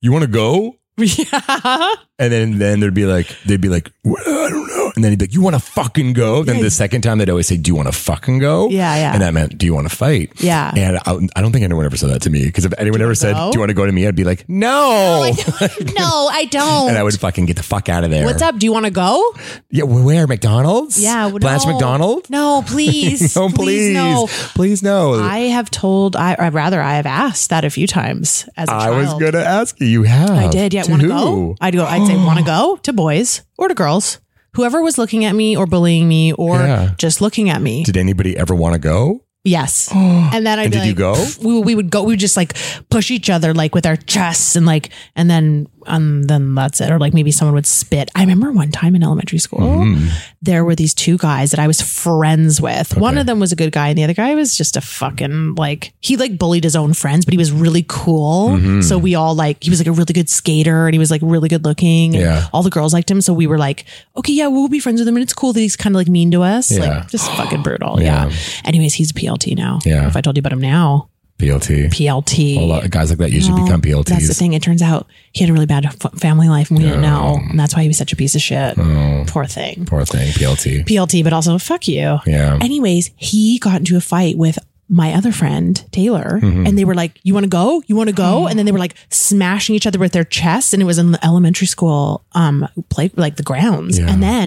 [SPEAKER 2] you wanna go?
[SPEAKER 1] Yeah.
[SPEAKER 2] And then then there'd be like they'd be like, "Well, I don't know. And then he'd be like, you want to fucking go? Then the second time they'd always say, do you want to fucking go?
[SPEAKER 1] Yeah, yeah.
[SPEAKER 2] And that meant, do you want to fight?
[SPEAKER 1] Yeah.
[SPEAKER 2] And I, I don't think anyone ever said that to me because if anyone ever said,
[SPEAKER 1] go?
[SPEAKER 2] do you want to go to me? I'd be like, no.
[SPEAKER 3] no, I don't.
[SPEAKER 2] and I would fucking get the fuck out of there.
[SPEAKER 1] What's up? Do you want to go?
[SPEAKER 2] Yeah, where? McDonald's?
[SPEAKER 1] Yeah, well,
[SPEAKER 2] Blanche
[SPEAKER 1] no.
[SPEAKER 2] McDonald?
[SPEAKER 1] No, please.
[SPEAKER 2] No, please.
[SPEAKER 1] no.
[SPEAKER 2] Please, no.
[SPEAKER 1] I have told. I or rather I have asked that a few times as a
[SPEAKER 2] I
[SPEAKER 1] child.
[SPEAKER 2] was going to ask you. You have.
[SPEAKER 1] I did. Yeah,
[SPEAKER 2] To
[SPEAKER 1] want to
[SPEAKER 2] who?
[SPEAKER 1] go? I'd go. I'd say want to go to boys or to girls. Whoever was looking at me or bullying me or
[SPEAKER 2] Yeah.
[SPEAKER 1] just looking at me.
[SPEAKER 2] Did anybody ever want to go?
[SPEAKER 1] yes. and then I'd
[SPEAKER 2] And
[SPEAKER 1] be
[SPEAKER 2] did you
[SPEAKER 1] like,
[SPEAKER 2] go?
[SPEAKER 1] We, we would go. We would just like push each other like with our chests and like and then um then that's it. Or like maybe someone would spit. I remember one time in elementary school
[SPEAKER 2] Mm-hmm.
[SPEAKER 1] there were these two guys that I was friends with. One of them was a good guy, and the other guy was just a fucking like he like bullied his own friends, but he was really cool.
[SPEAKER 2] Mm-hmm.
[SPEAKER 1] So we all like he was like a really good skater, and he was like really good looking. and
[SPEAKER 2] Yeah.
[SPEAKER 1] all the girls liked him, so we were like, okay, yeah, we'll be friends with him, and it's cool that he's kind of like mean to us,
[SPEAKER 2] Yeah.
[SPEAKER 1] like just fucking brutal. Yeah.
[SPEAKER 2] Yeah.
[SPEAKER 1] Anyways, he's a PLT now.
[SPEAKER 2] Yeah.
[SPEAKER 1] If I told you about him now,
[SPEAKER 2] PLT.
[SPEAKER 1] PLT.
[SPEAKER 2] A lot of guys like that usually
[SPEAKER 1] Well,
[SPEAKER 2] become PLTs.
[SPEAKER 1] That's the thing. It turns out he had a really bad f- family life, and we didn't know, and that's why he was such a piece of shit.
[SPEAKER 2] Uh, Oh.
[SPEAKER 1] Poor thing.
[SPEAKER 2] Poor thing, PLT.
[SPEAKER 1] PLT, but also fuck you.
[SPEAKER 2] Yeah.
[SPEAKER 1] Anyways, he got into a fight with my other friend Taylor,
[SPEAKER 2] Mm-hmm.
[SPEAKER 1] and they were like, "You want to go? You want to go?" And then they were like smashing each other with their chests, and it was in the elementary school, um, play like the grounds.
[SPEAKER 2] Yeah.
[SPEAKER 1] And then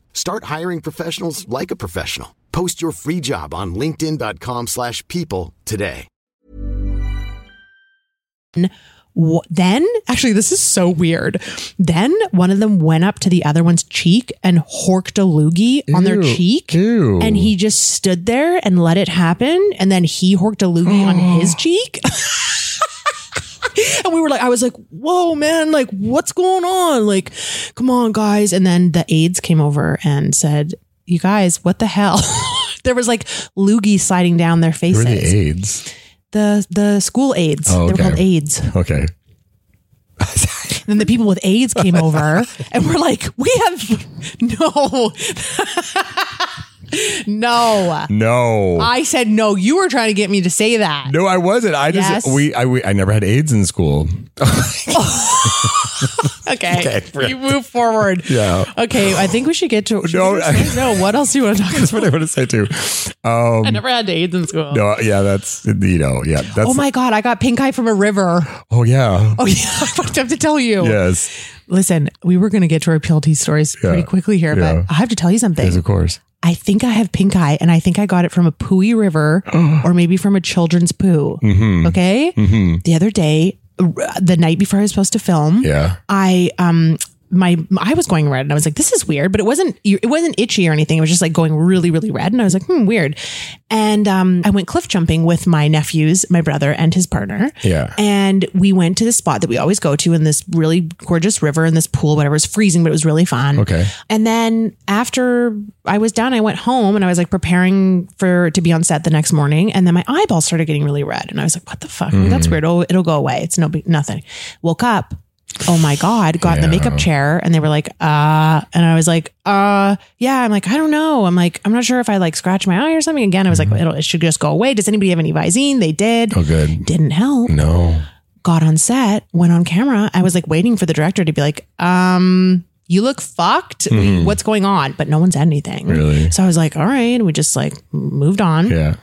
[SPEAKER 4] Start hiring professionals like a professional. Post your free job on linkedin.com/people slash people today.
[SPEAKER 1] wh- then actually this is so weird. Then one of them went up to the other one's cheek and horked a loogie on their
[SPEAKER 2] Ew.
[SPEAKER 1] cheek.
[SPEAKER 2] Ew.
[SPEAKER 1] And he just stood there and let it happen. And then he horked a loogie on
[SPEAKER 2] Oh.
[SPEAKER 1] his cheek. and we were like, I was like, whoa, man, like, what's going on? Like, come on, guys. And then the aides came over and said, You guys, what the hell? there was like loogie sliding down their
[SPEAKER 2] Who
[SPEAKER 1] faces.
[SPEAKER 2] are the aides?
[SPEAKER 1] the, the school aides. They
[SPEAKER 2] Oh,
[SPEAKER 1] were
[SPEAKER 2] okay.
[SPEAKER 1] called aides.
[SPEAKER 2] Okay.
[SPEAKER 1] And then the people with AIDS came over and we're like, we have no. no.
[SPEAKER 2] No.
[SPEAKER 1] I said no. You were trying to get me to say that.
[SPEAKER 2] no, I wasn't. I just
[SPEAKER 1] Yes.
[SPEAKER 2] we I we, I never had AIDS in school.
[SPEAKER 1] Okay.
[SPEAKER 2] Okay.
[SPEAKER 1] You move forward.
[SPEAKER 2] Yeah.
[SPEAKER 1] Okay. I think we should get to.
[SPEAKER 2] No,
[SPEAKER 1] No. no. What else do you want to talk
[SPEAKER 2] That's
[SPEAKER 1] about?
[SPEAKER 2] what I want to say too. Um,
[SPEAKER 1] I never had AIDS in school.
[SPEAKER 2] no, yeah, that's you know, yeah, that's
[SPEAKER 1] Oh
[SPEAKER 2] oh,
[SPEAKER 1] my God. I got pink eye from a river.
[SPEAKER 2] yeah,
[SPEAKER 1] Oh, yeah. I have to tell you.
[SPEAKER 2] yes,
[SPEAKER 1] Listen, we were going to get to our PLT stories pretty
[SPEAKER 2] Yeah.
[SPEAKER 1] quickly here,
[SPEAKER 2] Yeah.
[SPEAKER 1] but I have to tell you something.
[SPEAKER 2] yes, of course.
[SPEAKER 1] I think I have pink eye and I think I got it from a pooey river or maybe from a children's poo.
[SPEAKER 2] Mm. Mm-hmm.
[SPEAKER 1] Okay. The other day, r- the night before I was supposed to film,
[SPEAKER 2] Yeah,
[SPEAKER 1] I, um, my I was going red and I was like, this is weird, but it wasn't it wasn't itchy or anything. It was just like going really, really red. And I was like, hmm, weird. And um, I went cliff jumping with my nephews, my brother and his partner.
[SPEAKER 2] yeah,
[SPEAKER 1] And we went to the spot that we always go to in this really gorgeous river and this pool, whatever. It was freezing, but it was really fun.
[SPEAKER 2] okay,
[SPEAKER 1] And then after I was done, I went home and I was like preparing for to be on set the next morning. And then my eyeball started getting really red, and I was like, "What the fuck? That's weird. Oh, it'll go away. It's no big nothing." Woke up. Oh my god! Got in the makeup chair, and they were like, "Uh," and I was like, "Uh, yeah." I'm like, "I don't know." I'm like, "I'm not sure if I like scratch my eye or something." Again, I was like, "It'll it should just go away." Does anybody have any Visine? They did.
[SPEAKER 2] oh good,
[SPEAKER 1] Didn't help
[SPEAKER 2] no,
[SPEAKER 1] got on set, went on camera. I was like waiting for the director to be like, um, you look fucked. What's going on? But no one said anything.
[SPEAKER 2] Mm-hmm. Really?
[SPEAKER 1] So I was like, all right. And we just like moved on.
[SPEAKER 2] yeah,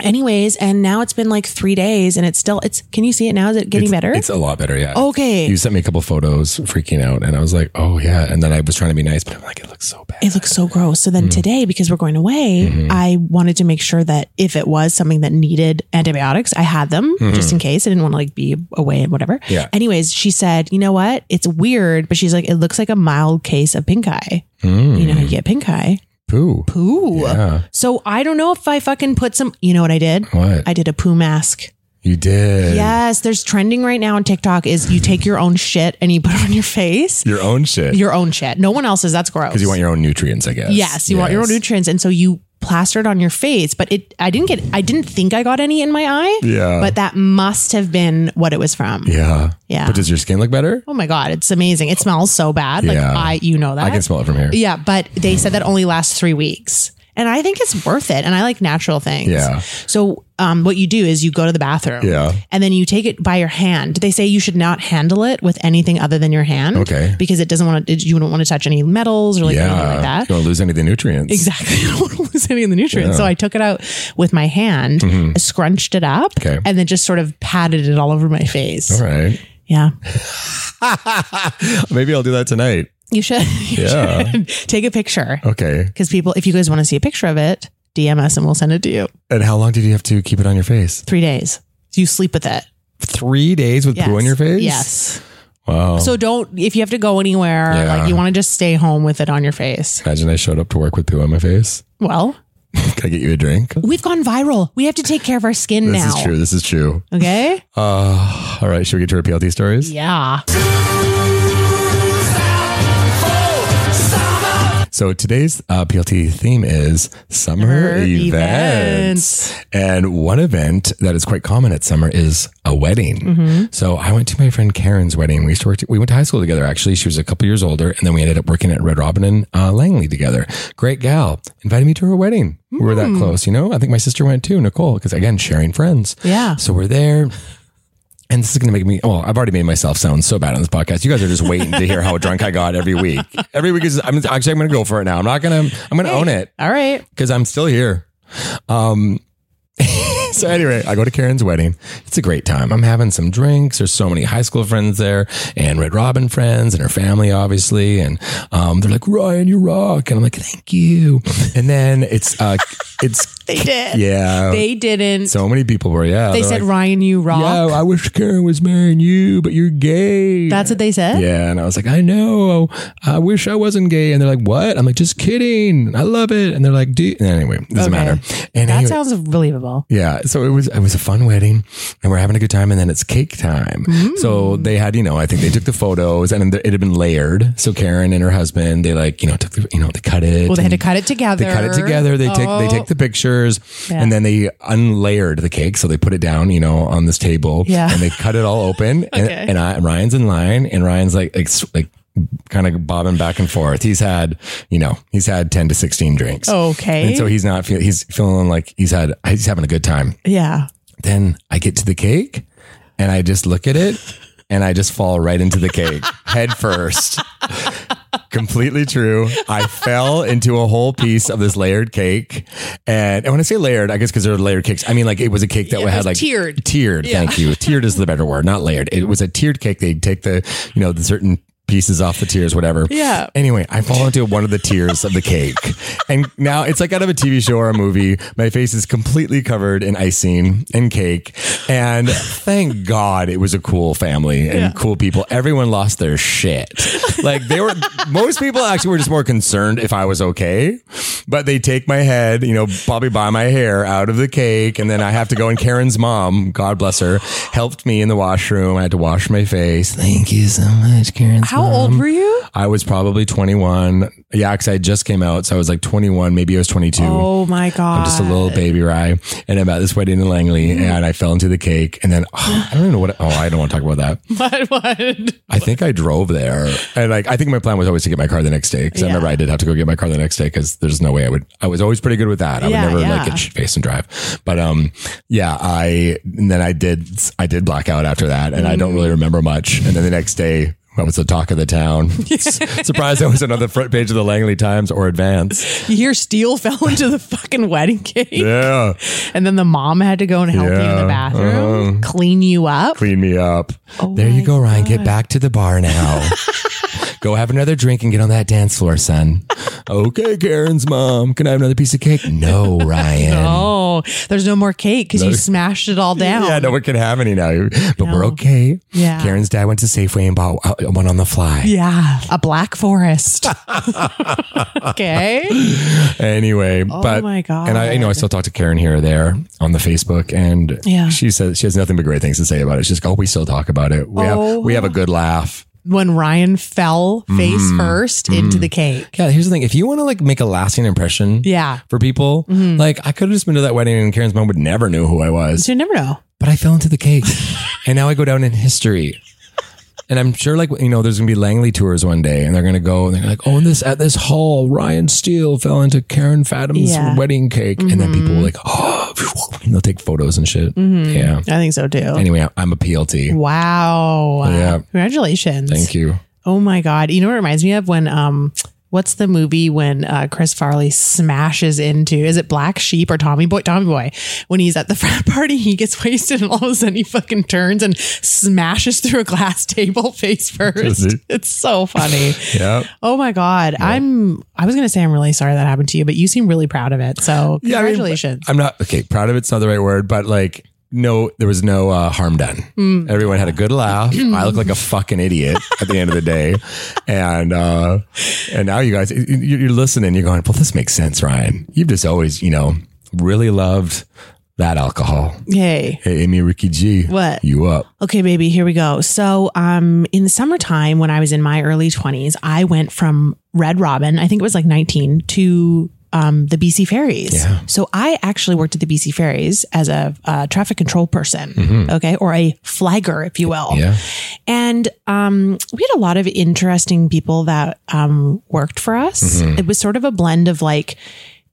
[SPEAKER 1] Anyways, and now it's been like three days and it's still, it's, can you see it now? Is it getting
[SPEAKER 2] It's-
[SPEAKER 1] better?
[SPEAKER 2] It's a lot better, yeah.
[SPEAKER 1] Okay.
[SPEAKER 2] You sent me a couple photos freaking out and I was like, "Oh yeah." And then I was trying to be nice, but I'm like, "It looks so bad."
[SPEAKER 1] It looks so gross. So
[SPEAKER 2] Mm-hmm.
[SPEAKER 1] then today, because we're going away, I wanted to make sure that if it was something that needed antibiotics, I had them just in case. I didn't want to like be away and whatever.
[SPEAKER 2] Mm-hmm. Yeah.
[SPEAKER 1] Anyways, she said, you know what? It's weird, but she's like, it looks like a mild case of pink eye. You know, how you get pink eye.
[SPEAKER 2] Poo.
[SPEAKER 1] Poo.
[SPEAKER 2] Mm. Yeah.
[SPEAKER 1] So I don't know if I fucking put some, you know what I did?
[SPEAKER 2] What?
[SPEAKER 1] I did a poo mask.
[SPEAKER 2] you did.
[SPEAKER 1] Yes, there's trending right now on TikTok is you take your own shit and you put it on your face.
[SPEAKER 2] Your own shit.
[SPEAKER 1] Your own shit. No one else's. That's gross.
[SPEAKER 2] Cuz you want your own nutrients, I guess.
[SPEAKER 1] Yes, you want your own
[SPEAKER 2] Yes.
[SPEAKER 1] nutrients, and so you plaster it on your face. But it, I didn't get, I didn't think I got any in my eye.
[SPEAKER 2] Yeah.
[SPEAKER 1] but that must have been what it was from.
[SPEAKER 2] Yeah.
[SPEAKER 1] Yeah.
[SPEAKER 2] But does your skin look better?
[SPEAKER 1] Oh my god, it's amazing. It smells so bad. Like
[SPEAKER 2] Yeah.
[SPEAKER 1] I, you know that.
[SPEAKER 2] I can smell it from here.
[SPEAKER 1] Yeah, but they said that only lasts three weeks. And I think it's worth it. And I like natural things.
[SPEAKER 2] Yeah.
[SPEAKER 1] So um, what you do is you go to the bathroom.
[SPEAKER 2] Yeah.
[SPEAKER 1] And then you take it by your hand. They say you should not handle it with anything other than your hand.
[SPEAKER 2] Okay.
[SPEAKER 1] Because it doesn't want to, you don't want to touch any metals or like anything like that.
[SPEAKER 2] You don't lose any of the nutrients.
[SPEAKER 1] Exactly. I don't want to lose any of the nutrients. So I took it out with my hand, scrunched it up,
[SPEAKER 2] Mm-hmm. Okay.
[SPEAKER 1] and then just sort of patted it all over my face.
[SPEAKER 2] All right.
[SPEAKER 1] Yeah.
[SPEAKER 2] Maybe I'll do that tonight.
[SPEAKER 1] You should. You
[SPEAKER 2] Yeah. Oh.
[SPEAKER 1] should. Take a picture.
[SPEAKER 2] Okay.
[SPEAKER 1] Because people, if you guys want to see a picture of it, DM us and we'll send it to you.
[SPEAKER 2] And how long did you have to keep it on your face?
[SPEAKER 1] Three days. You sleep with it.
[SPEAKER 2] Three days with poo on your face?
[SPEAKER 1] Yes.
[SPEAKER 2] Wow.
[SPEAKER 1] So don't, if you have to go anywhere,
[SPEAKER 2] Yeah.
[SPEAKER 1] like you want to just stay home with it on your face.
[SPEAKER 2] Imagine I showed up to work with poo on my face.
[SPEAKER 1] Well,
[SPEAKER 2] Can I get you a drink?
[SPEAKER 1] we've gone viral. We have to take care of our skin
[SPEAKER 2] This
[SPEAKER 1] now.
[SPEAKER 2] is true. This is true.
[SPEAKER 1] Okay.
[SPEAKER 2] Uh, all right. Should we get to our PLT stories?
[SPEAKER 1] Yeah.
[SPEAKER 2] So today's uh, PLT theme is summer
[SPEAKER 1] Summer
[SPEAKER 2] events. And one event that is quite common at summer is a wedding. So I went to my friend Karen's wedding. We used to work, we went to high school together actually. She was a couple years older and then we ended up working at Red Robin and uh, Langley together. Great gal. Invited me to her wedding. We were that close, you know? I think my sister went too, Nicole, because again, sharing friends.
[SPEAKER 1] Yeah.
[SPEAKER 2] So we're there. And this is going to make me, well, I've already made myself sound so bad on this podcast. You guys are just waiting to hear how drunk I got every week. Every week is, I'm actually, I'm going to go for it now. I'm not going to, I'm going to own it
[SPEAKER 1] All right.
[SPEAKER 2] because I'm still here. Um, so anyway, I go to Karen's wedding. It's a great time. I'm having some drinks. There's so many high school friends there and Red Robin friends and her family, obviously. And um, they're like, Ryan, you rock. And I'm like, thank you. And then it's, uh, it's,
[SPEAKER 1] They did.
[SPEAKER 2] yeah.
[SPEAKER 1] They didn't.
[SPEAKER 2] so many people were, yeah.
[SPEAKER 1] they
[SPEAKER 2] They're
[SPEAKER 1] said,
[SPEAKER 2] like,
[SPEAKER 1] Ryan, you rock.
[SPEAKER 2] yeah, I wish Karen was marrying you, but you're gay.
[SPEAKER 1] That's what they said.
[SPEAKER 2] Yeah, and I was like, I know. I wish I wasn't gay. And they're like, what? I'm like, just kidding. I love it. And they're like, D-. anyway, it doesn't
[SPEAKER 1] Okay.
[SPEAKER 2] matter. And
[SPEAKER 1] That
[SPEAKER 2] anyway-
[SPEAKER 1] sounds believable.
[SPEAKER 2] yeah, so it was it was a fun wedding, and we're having a good time. And then it's cake time.
[SPEAKER 1] Mm.
[SPEAKER 2] So they had, you know, I think they took the photos, and it had been layered. So Karen and her husband, they like, you know, took the, you know, they cut it.
[SPEAKER 1] Well, they had to
[SPEAKER 2] and-
[SPEAKER 1] cut it together.
[SPEAKER 2] they cut it together. They take they
[SPEAKER 1] Oh.
[SPEAKER 2] take the pictures
[SPEAKER 1] Yeah.
[SPEAKER 2] and then they unlayered the cake. So they put it down, you know, on this table.
[SPEAKER 1] Yeah.
[SPEAKER 2] And they cut it all open. and,
[SPEAKER 1] Okay.
[SPEAKER 2] and I, Ryan's in line, and Ryan's like like like kind of bobbing back and forth. He's had you know he's had ten to sixteen drinks.
[SPEAKER 1] Oh, Okay.
[SPEAKER 2] And so he's not feel, he's feeling like he's had he's having a good time.
[SPEAKER 1] yeah.
[SPEAKER 2] Then I get to the cake, and I just look at it. And I just fall right into the cake head first. Completely true. I fell into a whole piece of this layered cake. And, and when I say layered, I guess because they're layered cakes, I mean like it was a cake that
[SPEAKER 1] It
[SPEAKER 2] had
[SPEAKER 1] was
[SPEAKER 2] like
[SPEAKER 1] tiered.
[SPEAKER 2] Tiered, thank you. Tiered is the better word, not layered. It was a tiered cake. They'd take the, you know, the certain pieces off the tiers, whatever.
[SPEAKER 1] Yeah.
[SPEAKER 2] Anyway, I fall into one of the tiers of the cake. And now it's like out of a TV show or a movie. My face is completely covered in icing and cake. And thank God it was a cool family and cool people. Everyone lost their shit. Like they were, most people actually were just more concerned if I was okay. But they take my head, you know, probably by my hair out of the cake. And then I have to go. And Karen's mom, God bless her, helped me in the washroom. I had to wash my face. Thank you so much, Karen's
[SPEAKER 1] How
[SPEAKER 2] mom.
[SPEAKER 1] old were you?
[SPEAKER 2] I was probably 21. Yeah, because I just came out. So I was like 21. Maybe I was 22.
[SPEAKER 1] Oh my Mm-hmm. god.
[SPEAKER 2] I'm just a little baby rye. And I'm at this wedding in Langley and I fell into the cake. And then oh, I don't know what. Oh, I don't want to talk about that.
[SPEAKER 1] What? What?
[SPEAKER 2] I think I drove there. And like, I think my plan was always to get my car the next day. Cause I remember I did have to go get my car the next day because there's no way I would, I was always pretty good with that. I
[SPEAKER 1] Yeah,
[SPEAKER 2] would never
[SPEAKER 1] yeah.
[SPEAKER 2] like get shit faced and drive. But, um, yeah,
[SPEAKER 1] Mm.
[SPEAKER 2] I, and then I did, I did black out after that and I don't really remember much. And then the next day, That was the talk of the town. Surprised I wasn't on the front page of the Langley Times or Advance.
[SPEAKER 1] You hear Steele fell into the fucking wedding cake.
[SPEAKER 2] Yeah.
[SPEAKER 1] And then the mom had to go and help you in the
[SPEAKER 2] Yeah,
[SPEAKER 1] bathroom,
[SPEAKER 2] uh-huh.
[SPEAKER 1] clean you up.
[SPEAKER 2] Clean me up.
[SPEAKER 1] Oh
[SPEAKER 2] there you go, Ryan. Get back to the bar now. go have another drink and get on that dance floor, son. okay, Karen's mom. Can I have another piece of cake? No, Ryan.
[SPEAKER 1] No, Oh, there's no more cake because you
[SPEAKER 2] No.
[SPEAKER 1] smashed it all down.
[SPEAKER 2] Yeah, no one can have any now. But we're okay.
[SPEAKER 1] Yeah.
[SPEAKER 2] Karen's dad went to Safeway and bought uh, one on the fly.
[SPEAKER 1] Yeah, a black forest. okay.
[SPEAKER 2] anyway,
[SPEAKER 1] Oh
[SPEAKER 2] but
[SPEAKER 1] my God.
[SPEAKER 2] and I, you know, I still talk to Karen here or there on the Facebook, and
[SPEAKER 1] Yeah.
[SPEAKER 2] she says she has nothing but great things to say about it. She's like, "Oh, we still talk about it. We
[SPEAKER 1] Oh.
[SPEAKER 2] have we have a good laugh."
[SPEAKER 1] When Ryan fell face
[SPEAKER 2] Mm,
[SPEAKER 1] first into
[SPEAKER 2] mm.
[SPEAKER 1] the cake.
[SPEAKER 2] Yeah, here's the thing: if you want to like make a lasting impression,
[SPEAKER 1] Yeah.
[SPEAKER 2] for people,
[SPEAKER 1] Mhm.
[SPEAKER 2] like I could have just been to that wedding, and Karen's mom would never knew who I was,
[SPEAKER 1] So you never know.
[SPEAKER 2] but I fell into the cake, and now I go down in history. And I'm sure, like you know, there's gonna be Langley tours one day, and they're gonna go and they're like, "Oh, in this at this hall, Ryan Steele fell into Karen Fadum's
[SPEAKER 1] Yeah.
[SPEAKER 2] wedding cake," and then people will like, "Oh," and they'll take photos and shit.
[SPEAKER 1] Mhm.
[SPEAKER 2] Yeah.
[SPEAKER 1] I think so too.
[SPEAKER 2] Anyway, I- I'm a PLT.
[SPEAKER 1] Wow.
[SPEAKER 2] Yeah.
[SPEAKER 1] Congratulations.
[SPEAKER 2] Thank you.
[SPEAKER 1] Oh my God. You know what it reminds me of when, um, what's the movie when uh, Chris Farley smashes into, is it Black Sheep or Tommy Boy? Tommy Boy. When he's at the frat party, he gets wasted and all of a sudden he fucking turns and smashes through a glass table face
[SPEAKER 2] Is
[SPEAKER 1] first.
[SPEAKER 2] it?
[SPEAKER 1] It's so funny.
[SPEAKER 2] Yeah.
[SPEAKER 1] Oh my God. I'm, I was going to say I'm really sorry that happened to you, but you seem really proud of it. So
[SPEAKER 2] Yeah, I mean,
[SPEAKER 1] congratulations.
[SPEAKER 2] I'm not okay. Proud of it's not the right word, but like, no, there was no uh, harm done.
[SPEAKER 1] Mm.
[SPEAKER 2] Everyone had a good laugh. I look like a fucking idiot at the end of the day, and uh, and now you guys, you- you're listening. You're going, well, this makes sense, Ryan. You've just always, you know, really loved that alcohol.
[SPEAKER 1] Yay.
[SPEAKER 2] Hey, Amy, Ricky G,
[SPEAKER 1] What?
[SPEAKER 2] you up?
[SPEAKER 1] Okay, baby, here we go. So, um, in the summertime when I was in my early 20s, I went from Red Robin, I think it was like 19, to um, the BC Ferries.
[SPEAKER 2] Yeah.
[SPEAKER 1] So, I actually worked at the BC Ferries as a uh, traffic control person,
[SPEAKER 2] Mhm.
[SPEAKER 1] okay, or a flagger, if you will.
[SPEAKER 2] Yeah,
[SPEAKER 1] And um, we had a lot of interesting people that um, worked for us.
[SPEAKER 2] Mhm.
[SPEAKER 1] It was sort of a blend of like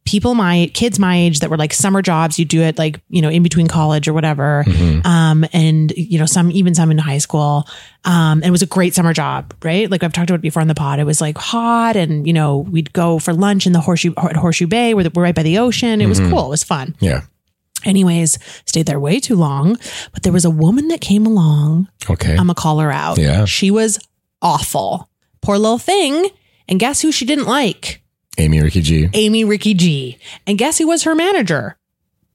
[SPEAKER 1] people my kids my age that were like summer jobs you do it like you know in between college or whatever
[SPEAKER 2] Mhm.
[SPEAKER 1] um, and you know some even some in high school um, and it was a great summer job right like i've talked about it before on the pod it was like hot and you know we'd go for lunch in the horseshoe at horseshoe bay where the, we're right by the ocean it was
[SPEAKER 2] Mhm.
[SPEAKER 1] cool it was fun
[SPEAKER 2] yeah.
[SPEAKER 1] anyways stayed there way too long but there was a woman that came along
[SPEAKER 2] Okay.
[SPEAKER 1] I'm a caller out.
[SPEAKER 2] Yeah.
[SPEAKER 1] She was awful. Poor little thing. And guess who she didn't like?
[SPEAKER 2] Amy, Ricky G.
[SPEAKER 1] Amy Ricky G. And guess who was her manager?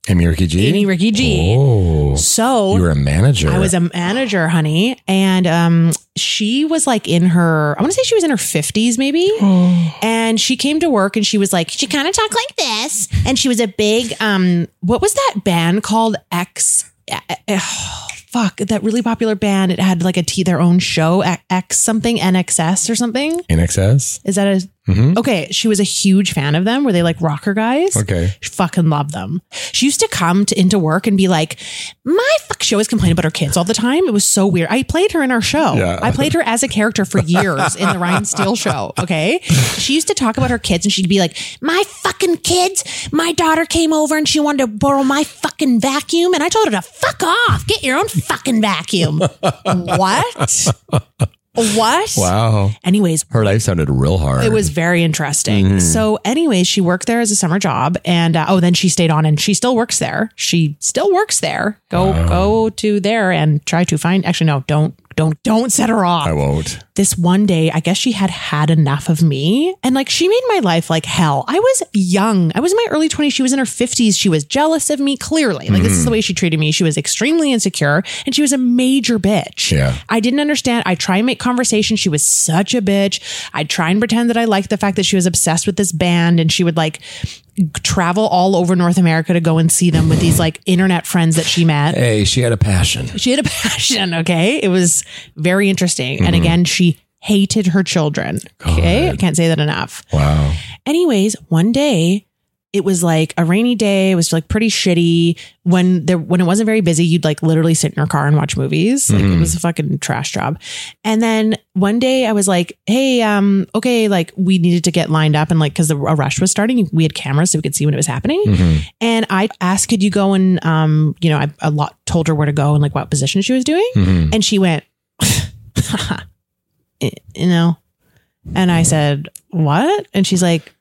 [SPEAKER 2] Amy, Ricky G.
[SPEAKER 1] Amy Ricky G.
[SPEAKER 2] Oh,
[SPEAKER 1] So
[SPEAKER 2] you were a manager.
[SPEAKER 1] I was a manager, honey. And um, she was like in her, I want to say she was in her 50s maybe. and she came to work and she was like, she kind of talked like this. And she was a big, um, what was that band called? X. eh, eh, oh, fuck, that really popular band. It had like a T, their own show, eh, X something, NXS or something.
[SPEAKER 2] in excess.
[SPEAKER 1] Is that a,
[SPEAKER 2] Mm-hmm.
[SPEAKER 1] okay. She was a huge fan of them. Were they like rocker guys?
[SPEAKER 2] Okay.
[SPEAKER 1] She fucking loved them. She used to come to into work and be like, "My fuck." She always complained about her kids all the time. It was so weird. I played her in our show.
[SPEAKER 2] Yeah.
[SPEAKER 1] I played her as a character for years in the Ryan Steele show. Okay, she used to talk about her kids and she'd be like, "My fucking kids. My daughter came over and she wanted to borrow my fucking vacuum, and I told her to fuck off. Get your own fucking vacuum. what? What?
[SPEAKER 2] Wow.
[SPEAKER 1] Anyways,
[SPEAKER 2] Her life sounded real hard.
[SPEAKER 1] it was very interesting.
[SPEAKER 2] Mhm.
[SPEAKER 1] So, anyways, she worked there as a summer job, and uh, oh, then she stayed on, and she still works there. She still works there. Go,
[SPEAKER 2] Wow.
[SPEAKER 1] go to there and try to find. Actually, no, don't, don't, don't set her off.
[SPEAKER 2] I won't.
[SPEAKER 1] This one day, I guess she had had enough of me, and like she made my life like hell. I was young. I was in my early twenties. She was in her fifties. She was jealous of me. Clearly, like this is the way she treated me. She was extremely insecure, and she was a major bitch.
[SPEAKER 2] Yeah.
[SPEAKER 1] I didn't understand. I try and make conversation. She was such a bitch. I try and pretend that I liked the fact that she was obsessed with this band and she would like travel all over North America to go and see them with these like internet friends that she met.
[SPEAKER 2] Hey, she had a passion.
[SPEAKER 1] She had a passion. Okay. It was very interesting. And again, she hated her children. Okay. I can't say that enough.
[SPEAKER 2] Wow.
[SPEAKER 1] Anyways, one day it was like a rainy day. It was like pretty shitty. When there when it wasn't very busy, you'd like literally sit in your car and watch movies. Like it
[SPEAKER 2] Mhm.
[SPEAKER 1] was a fucking trash job. And then one day I was like, hey, um, okay, like we needed to get lined up and like because a rush was starting, we had cameras so we could see when it was happening.
[SPEAKER 2] Mhm.
[SPEAKER 1] And I asked, could you go and um, you know, I a
[SPEAKER 2] Mm-hmm.
[SPEAKER 1] lot told her where to go and like what position she was doing.
[SPEAKER 2] Mhm.
[SPEAKER 1] And she went, "Eh, you know? And I said, what? And she's like,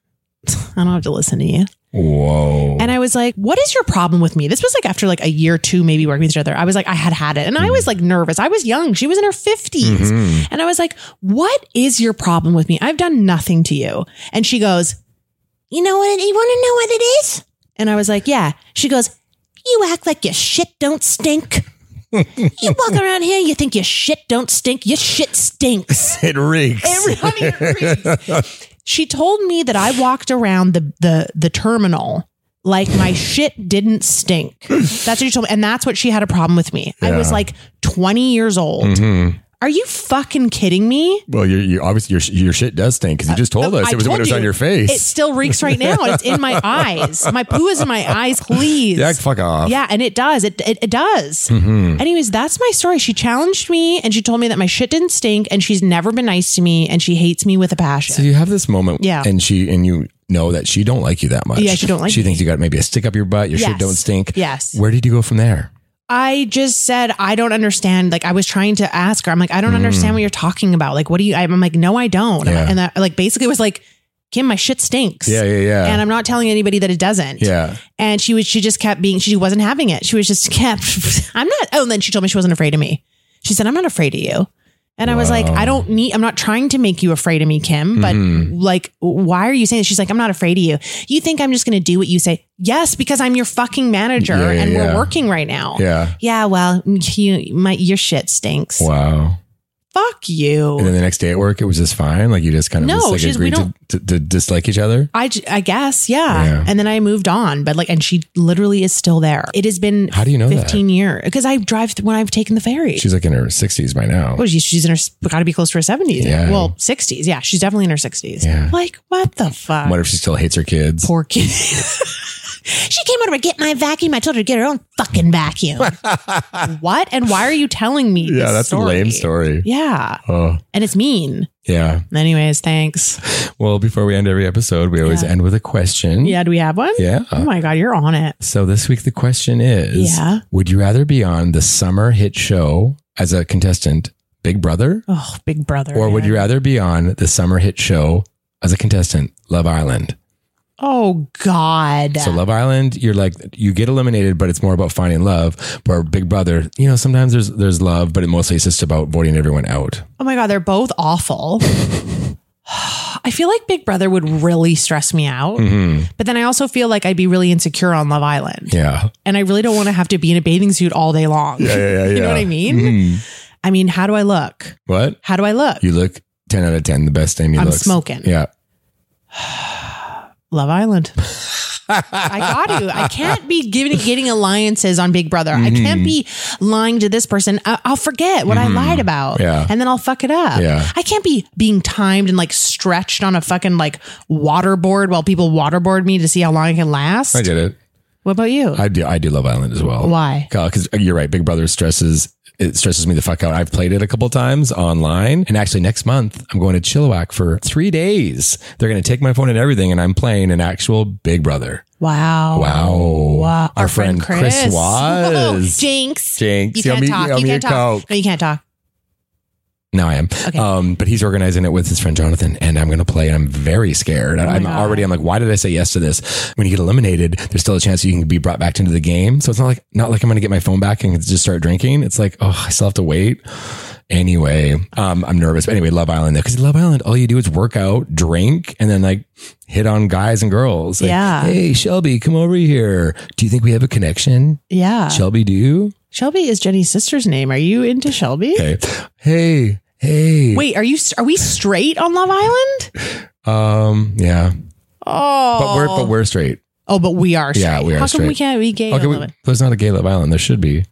[SPEAKER 1] I don't have to listen to you.
[SPEAKER 2] Whoa.
[SPEAKER 1] And I was like, what is your problem with me? This was like after like a year or two, maybe working with each other. I was like, I had had it. And I was like nervous. I was young. She was in her 50s.
[SPEAKER 2] Mhm.
[SPEAKER 1] And I was like, what is your problem with me? I've done nothing to you. And she goes, you know what? it- You want to know what it is? And I was like, yeah. She goes, you act like your shit don't stink. you walk around here, you think your shit don't stink. Your shit stinks.
[SPEAKER 2] It reeks.
[SPEAKER 1] She told me that I walked around the the the terminal like my shit didn't stink. That's what she told me, and that's what she had a problem with me. I was
[SPEAKER 2] Yeah.
[SPEAKER 1] like 20 years old.
[SPEAKER 2] Mhm.
[SPEAKER 1] Are you fucking kidding me?
[SPEAKER 2] Well, you you obviously your sh- your shit does stink because you just told us
[SPEAKER 1] Oh, I
[SPEAKER 2] it was when
[SPEAKER 1] told
[SPEAKER 2] it was
[SPEAKER 1] you,
[SPEAKER 2] on your face.
[SPEAKER 1] It still reeks right now. It's in my eyes. My poo is in my eyes. Please.
[SPEAKER 2] yeah, fuck off.
[SPEAKER 1] Yeah, and it does. It it, it does.
[SPEAKER 2] Mhm.
[SPEAKER 1] Anyways, that's my story. She challenged me and she told me that my shit didn't stink and she's never been nice to me and she hates me with a passion.
[SPEAKER 2] So you have this moment,
[SPEAKER 1] Yeah.
[SPEAKER 2] and she and you know that she don't like you that much.
[SPEAKER 1] Yeah, she don't like
[SPEAKER 2] She
[SPEAKER 1] me.
[SPEAKER 2] thinks you got maybe a stick up your butt. Your
[SPEAKER 1] Yes.
[SPEAKER 2] shit don't stink.
[SPEAKER 1] Yes.
[SPEAKER 2] Where did you go from there?
[SPEAKER 1] I just said I don't understand. Like I was trying to ask her. I'm like I don't understand what you're talking about. Like what do you I'm like no I don't.
[SPEAKER 2] Mm. Yeah.
[SPEAKER 1] And that like basically was like Kim my shit stinks.
[SPEAKER 2] Yeah, yeah, yeah.
[SPEAKER 1] And I'm not telling anybody that it doesn't.
[SPEAKER 2] yeah.
[SPEAKER 1] And she was, she just kept being, she wasn't having it. She was just kept, I'm not, oh, and then she told me she wasn't afraid of me. She said, I'm not afraid of you. And I was like, I don't need, I'm not trying to make you afraid of me, Kim, but
[SPEAKER 2] Mm-hmm.
[SPEAKER 1] like, why are you saying this? She's like, I'm not afraid of you. You think I'm just going to do what you say? Yes, because I'm your fucking manager
[SPEAKER 2] Yeah, yeah,
[SPEAKER 1] and we're
[SPEAKER 2] yeah.
[SPEAKER 1] working right now.
[SPEAKER 2] Yeah.
[SPEAKER 1] Yeah. Well, you, my, your shit stinks.
[SPEAKER 2] Wow.
[SPEAKER 1] Fuck you.
[SPEAKER 2] And then the next day at work, it was just fine. Like you just kind of
[SPEAKER 1] No,
[SPEAKER 2] just, like,
[SPEAKER 1] she's- we
[SPEAKER 2] agreed to, to, to dislike each other.
[SPEAKER 1] I, j- I guess, yeah.
[SPEAKER 2] Yeah.
[SPEAKER 1] And then I moved on, but like, and she literally is still there. It has been
[SPEAKER 2] How do you know that?
[SPEAKER 1] 15 years because I drive th- when I've taken the ferry.
[SPEAKER 2] She's like in her sixties by now.
[SPEAKER 1] Well, she's, she's in her got to be close to her 70s.
[SPEAKER 2] Yeah.
[SPEAKER 1] Well, 60s. Yeah, she's definitely in her 60s.
[SPEAKER 2] Yeah.
[SPEAKER 1] Like, what the fuck?
[SPEAKER 2] I wonder if she still hates her kids.
[SPEAKER 1] Poor kid. she came over to get my vacuum. I told her to get her own fucking vacuum. what? And why are you telling me?
[SPEAKER 2] yeah,
[SPEAKER 1] this
[SPEAKER 2] that's a
[SPEAKER 1] story?
[SPEAKER 2] lame story.
[SPEAKER 1] Yeah.
[SPEAKER 2] Oh,
[SPEAKER 1] And it's mean.
[SPEAKER 2] yeah.
[SPEAKER 1] Anyways, thanks.
[SPEAKER 2] Well, before we end every episode, we always
[SPEAKER 1] Yeah.
[SPEAKER 2] end with a question.
[SPEAKER 1] Yeah. Do we have one?
[SPEAKER 2] Hmm? Yeah.
[SPEAKER 1] Oh my God, you're on it.
[SPEAKER 2] So this week the question is
[SPEAKER 1] Yeah.
[SPEAKER 2] Would you rather be on the summer hit show as a contestant, Big Brother?
[SPEAKER 1] Oh, big brother.
[SPEAKER 2] Or would
[SPEAKER 1] man.
[SPEAKER 2] you rather be on the summer hit show as a contestant, Love Island?
[SPEAKER 1] Oh, God.
[SPEAKER 2] So Love Island, you're like you get eliminated, but it's more about finding love. Where Big Brother, you know, sometimes there's there's love, but it mostly it's just about voting everyone out.
[SPEAKER 1] Oh my God, they're both awful. I feel like Big Brother would really stress me out.
[SPEAKER 2] Hmm. Mm-hmm.
[SPEAKER 1] But then I also feel like I'd be really insecure on Love Island.
[SPEAKER 2] Yeah.
[SPEAKER 1] And I really don't want to have to be in a bathing suit all day long.
[SPEAKER 2] yeah, Mm-hmm.
[SPEAKER 1] You know what I mean? I mean, how do I look?
[SPEAKER 2] What?
[SPEAKER 1] How do I look?
[SPEAKER 2] You look ten out of ten, the best Amy
[SPEAKER 1] I'm
[SPEAKER 2] looks.
[SPEAKER 1] smoking.
[SPEAKER 2] Yeah.
[SPEAKER 1] Love Island. I got you. I can't be giving getting alliances on Big Brother.
[SPEAKER 2] Mm-hmm.
[SPEAKER 1] I can't be lying to this person. I, I'll forget what I lied about,
[SPEAKER 2] Yeah.
[SPEAKER 1] and then I'll fuck it up.
[SPEAKER 2] Yeah.
[SPEAKER 1] I can't be being timed and like stretched on a fucking like waterboard while people waterboard me to see how long I can last.
[SPEAKER 2] I did it.
[SPEAKER 1] What about you?
[SPEAKER 2] I do. I do Love Island as well.
[SPEAKER 1] Why?
[SPEAKER 2] Because you're right. Big Brother stresses. It stresses me the fuck out. I've played it a couple times online, and actually next month I'm going to Chilliwack for three days. They're going to take my phone and everything, and I'm playing an actual Big Brother.
[SPEAKER 1] wow.
[SPEAKER 2] Wow.
[SPEAKER 1] Wow.
[SPEAKER 2] Our friend Chris was.
[SPEAKER 1] Whoa. Jinx.
[SPEAKER 2] Jinx,
[SPEAKER 1] You
[SPEAKER 2] yell
[SPEAKER 1] can't
[SPEAKER 2] me-
[SPEAKER 1] talk.
[SPEAKER 2] yell
[SPEAKER 1] You
[SPEAKER 2] me
[SPEAKER 1] can't
[SPEAKER 2] a
[SPEAKER 1] talk.
[SPEAKER 2] Coke.
[SPEAKER 1] No, you can't talk.
[SPEAKER 2] Now I am.
[SPEAKER 1] Okay.
[SPEAKER 2] Um, but he's organizing it with his friend Jonathan, and I'm going to play. And I'm very scared. I'm
[SPEAKER 1] Oh God.
[SPEAKER 2] already. I'm like, why did I say yes to this? When you get eliminated, there's still a chance you can be brought back into the game. So it's not like not like I'm going to get my phone back and just start drinking. It's like, oh, I still have to wait. Anyway, um, I'm nervous. But anyway, Love Island though, because Love Island, all you do is work out, drink, and then like hit on guys and girls. Like,
[SPEAKER 1] Yeah.
[SPEAKER 2] Hey, Shelby, come over here. Do you think we have a connection?
[SPEAKER 1] Yeah.
[SPEAKER 2] Shelby, do you?
[SPEAKER 1] Shelby is Jenny's sister's name. Are you into Shelby?
[SPEAKER 2] Okay. Hey, hey.
[SPEAKER 1] Wait, are you are we straight on Love Island?
[SPEAKER 2] Um. Yeah.
[SPEAKER 1] Oh,
[SPEAKER 2] But we're but we're straight.
[SPEAKER 1] oh, but we are. Straight.
[SPEAKER 2] Yeah, we are
[SPEAKER 1] How come
[SPEAKER 2] straight.
[SPEAKER 1] we can't be gay?
[SPEAKER 2] Okay,
[SPEAKER 1] on Love
[SPEAKER 2] we,
[SPEAKER 1] Island?
[SPEAKER 2] there's not a gay Love Island. There should be.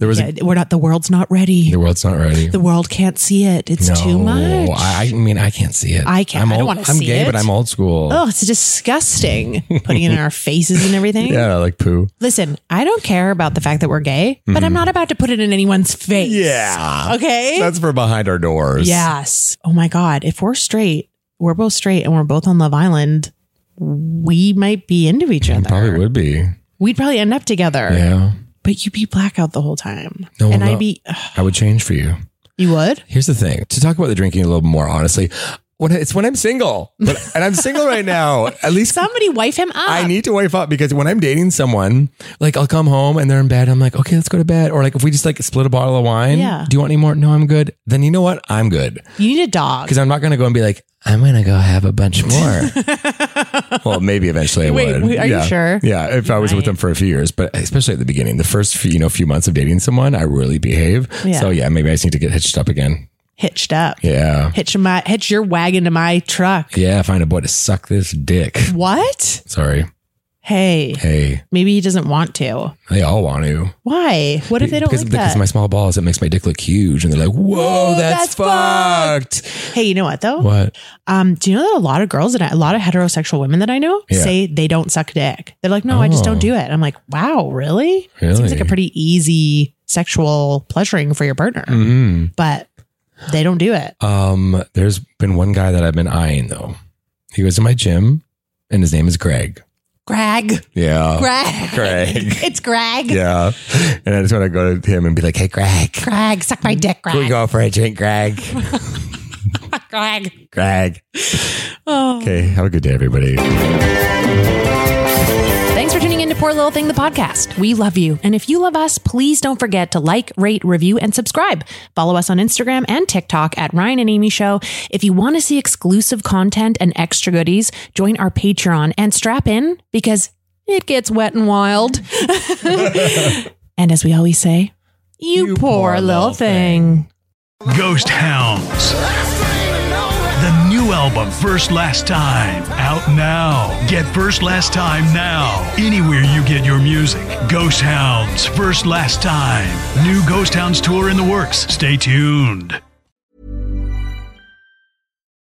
[SPEAKER 2] There was
[SPEAKER 1] Yeah, we're not. The world's not
[SPEAKER 2] a,
[SPEAKER 1] ready.
[SPEAKER 2] the world's not ready.
[SPEAKER 1] The world can't see it. It's
[SPEAKER 2] no,
[SPEAKER 1] too much.
[SPEAKER 2] I, I mean, I can't see it.
[SPEAKER 1] I can't-
[SPEAKER 2] I'm
[SPEAKER 1] I don't
[SPEAKER 2] old-
[SPEAKER 1] wanna
[SPEAKER 2] I'm
[SPEAKER 1] see
[SPEAKER 2] gay,
[SPEAKER 1] it.
[SPEAKER 2] but I'm old school.
[SPEAKER 1] oh, it's disgusting. Putting it in our faces and everything.
[SPEAKER 2] Yeah, like poo.
[SPEAKER 1] Listen, I don't care about the fact that we're gay, but I'm not about to put it in anyone's face.
[SPEAKER 2] Mm-hmm. Yeah.
[SPEAKER 1] Okay.
[SPEAKER 2] That's for behind our doors.
[SPEAKER 1] Yes. Oh my God. If we're straight, we're both straight and we're both on Love Island, we might be into each
[SPEAKER 2] It
[SPEAKER 1] other.
[SPEAKER 2] probably would be.
[SPEAKER 1] We'd probably end up together.
[SPEAKER 2] Yeah.
[SPEAKER 1] But you'd be blackout the whole time.
[SPEAKER 2] No,
[SPEAKER 1] and
[SPEAKER 2] I'm
[SPEAKER 1] I'd
[SPEAKER 2] not.
[SPEAKER 1] be,
[SPEAKER 2] I would change for you.
[SPEAKER 1] You would?
[SPEAKER 2] Here's the thing to talk about the drinking a little more honestly. When it's when I'm single, but, and I'm single right now. At least
[SPEAKER 1] somebody wife him up.
[SPEAKER 2] I need to wife up because when I'm dating someone, like I'll come home and they're in bed. I'm like, okay, let's go to bed. Or like if we just like split a bottle of wine.
[SPEAKER 1] Yeah.
[SPEAKER 2] Do you want any more? No, I'm good. Then you know what? I'm good
[SPEAKER 1] You need a dog.
[SPEAKER 2] because I'm not going to go and be like, I'm going to go have a bunch more. well, maybe eventually I
[SPEAKER 1] Wait,
[SPEAKER 2] would.
[SPEAKER 1] wait, are you
[SPEAKER 2] Yeah.
[SPEAKER 1] sure?
[SPEAKER 2] Yeah, if I was with them for a few years, but especially at the beginning, the first few, you know few months of dating someone, I really behave.
[SPEAKER 1] Yeah.
[SPEAKER 2] So yeah, maybe I just need to get hitched up again.
[SPEAKER 1] Hitched up.
[SPEAKER 2] Yeah,
[SPEAKER 1] Hitch my hitch your wagon to my truck.
[SPEAKER 2] yeah, find a boy to suck this dick.
[SPEAKER 1] Mm. What?
[SPEAKER 2] Sorry,
[SPEAKER 1] Hey,
[SPEAKER 2] hey,
[SPEAKER 1] maybe he doesn't want to.
[SPEAKER 2] they all want to.
[SPEAKER 1] Why? What if they don't
[SPEAKER 2] because,
[SPEAKER 1] like
[SPEAKER 2] because
[SPEAKER 1] that?
[SPEAKER 2] my small balls, it makes my dick look huge, and they're like, "Whoa,
[SPEAKER 1] Whoa, that's
[SPEAKER 2] that's, fucked."
[SPEAKER 1] hey, you know what though?
[SPEAKER 2] What?
[SPEAKER 1] Um, do you know that a lot of girls and I- a lot of heterosexual women that I know
[SPEAKER 2] Yeah.
[SPEAKER 1] say they don't suck dick. They're like, no, I just
[SPEAKER 2] Oh.
[SPEAKER 1] don't do it. I'm like, wow, really?
[SPEAKER 2] Really?
[SPEAKER 1] Seems like a pretty easy sexual pleasuring for your partner,
[SPEAKER 2] hmm
[SPEAKER 1] but they don't do it.
[SPEAKER 2] Um, there's been one guy that I've been eyeing though. He goes to my gym, and his name is Greg.
[SPEAKER 1] Greg,
[SPEAKER 2] Yeah,
[SPEAKER 1] Greg,
[SPEAKER 2] Greg.
[SPEAKER 1] it's Greg.
[SPEAKER 2] Yeah, and I just want to go to him and be like, "Hey, Greg,
[SPEAKER 1] Greg, suck my dick,
[SPEAKER 2] can we
[SPEAKER 1] Greg.
[SPEAKER 2] go for a drink, Greg?
[SPEAKER 1] Greg.
[SPEAKER 2] Greg."
[SPEAKER 1] Oh.
[SPEAKER 2] Okay, have a good day, everybody.
[SPEAKER 1] Thanks for tuning in to Poor Little Thing, the podcast. We love you. And if you love us, please don't forget to like, rate, review, and subscribe. Follow us on Instagram and TikTok at Ryan and Amy Show. If you want to see exclusive content and extra goodies, join our Patreon and strap in because it gets wet and wild. and as we always say, you, poor, little thing.
[SPEAKER 5] Ghost Hounds. The new album, First Last Time, out now. Oh, Get First Last Time now. Anywhere you get your music. Ghost Hounds, First Last Time. New Ghost Hounds tour in the works. Stay tuned.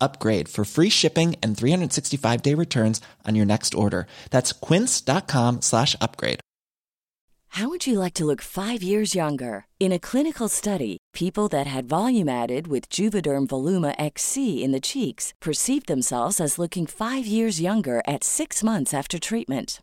[SPEAKER 6] upgrade for free shipping and 365 day returns on your next order. That's quince.com slash upgrade.
[SPEAKER 7] How would you like to look five years younger? In a clinical study, people that had volume added with Juvederm Voluma XC in the cheeks perceived themselves as looking five years younger at six months after treatment.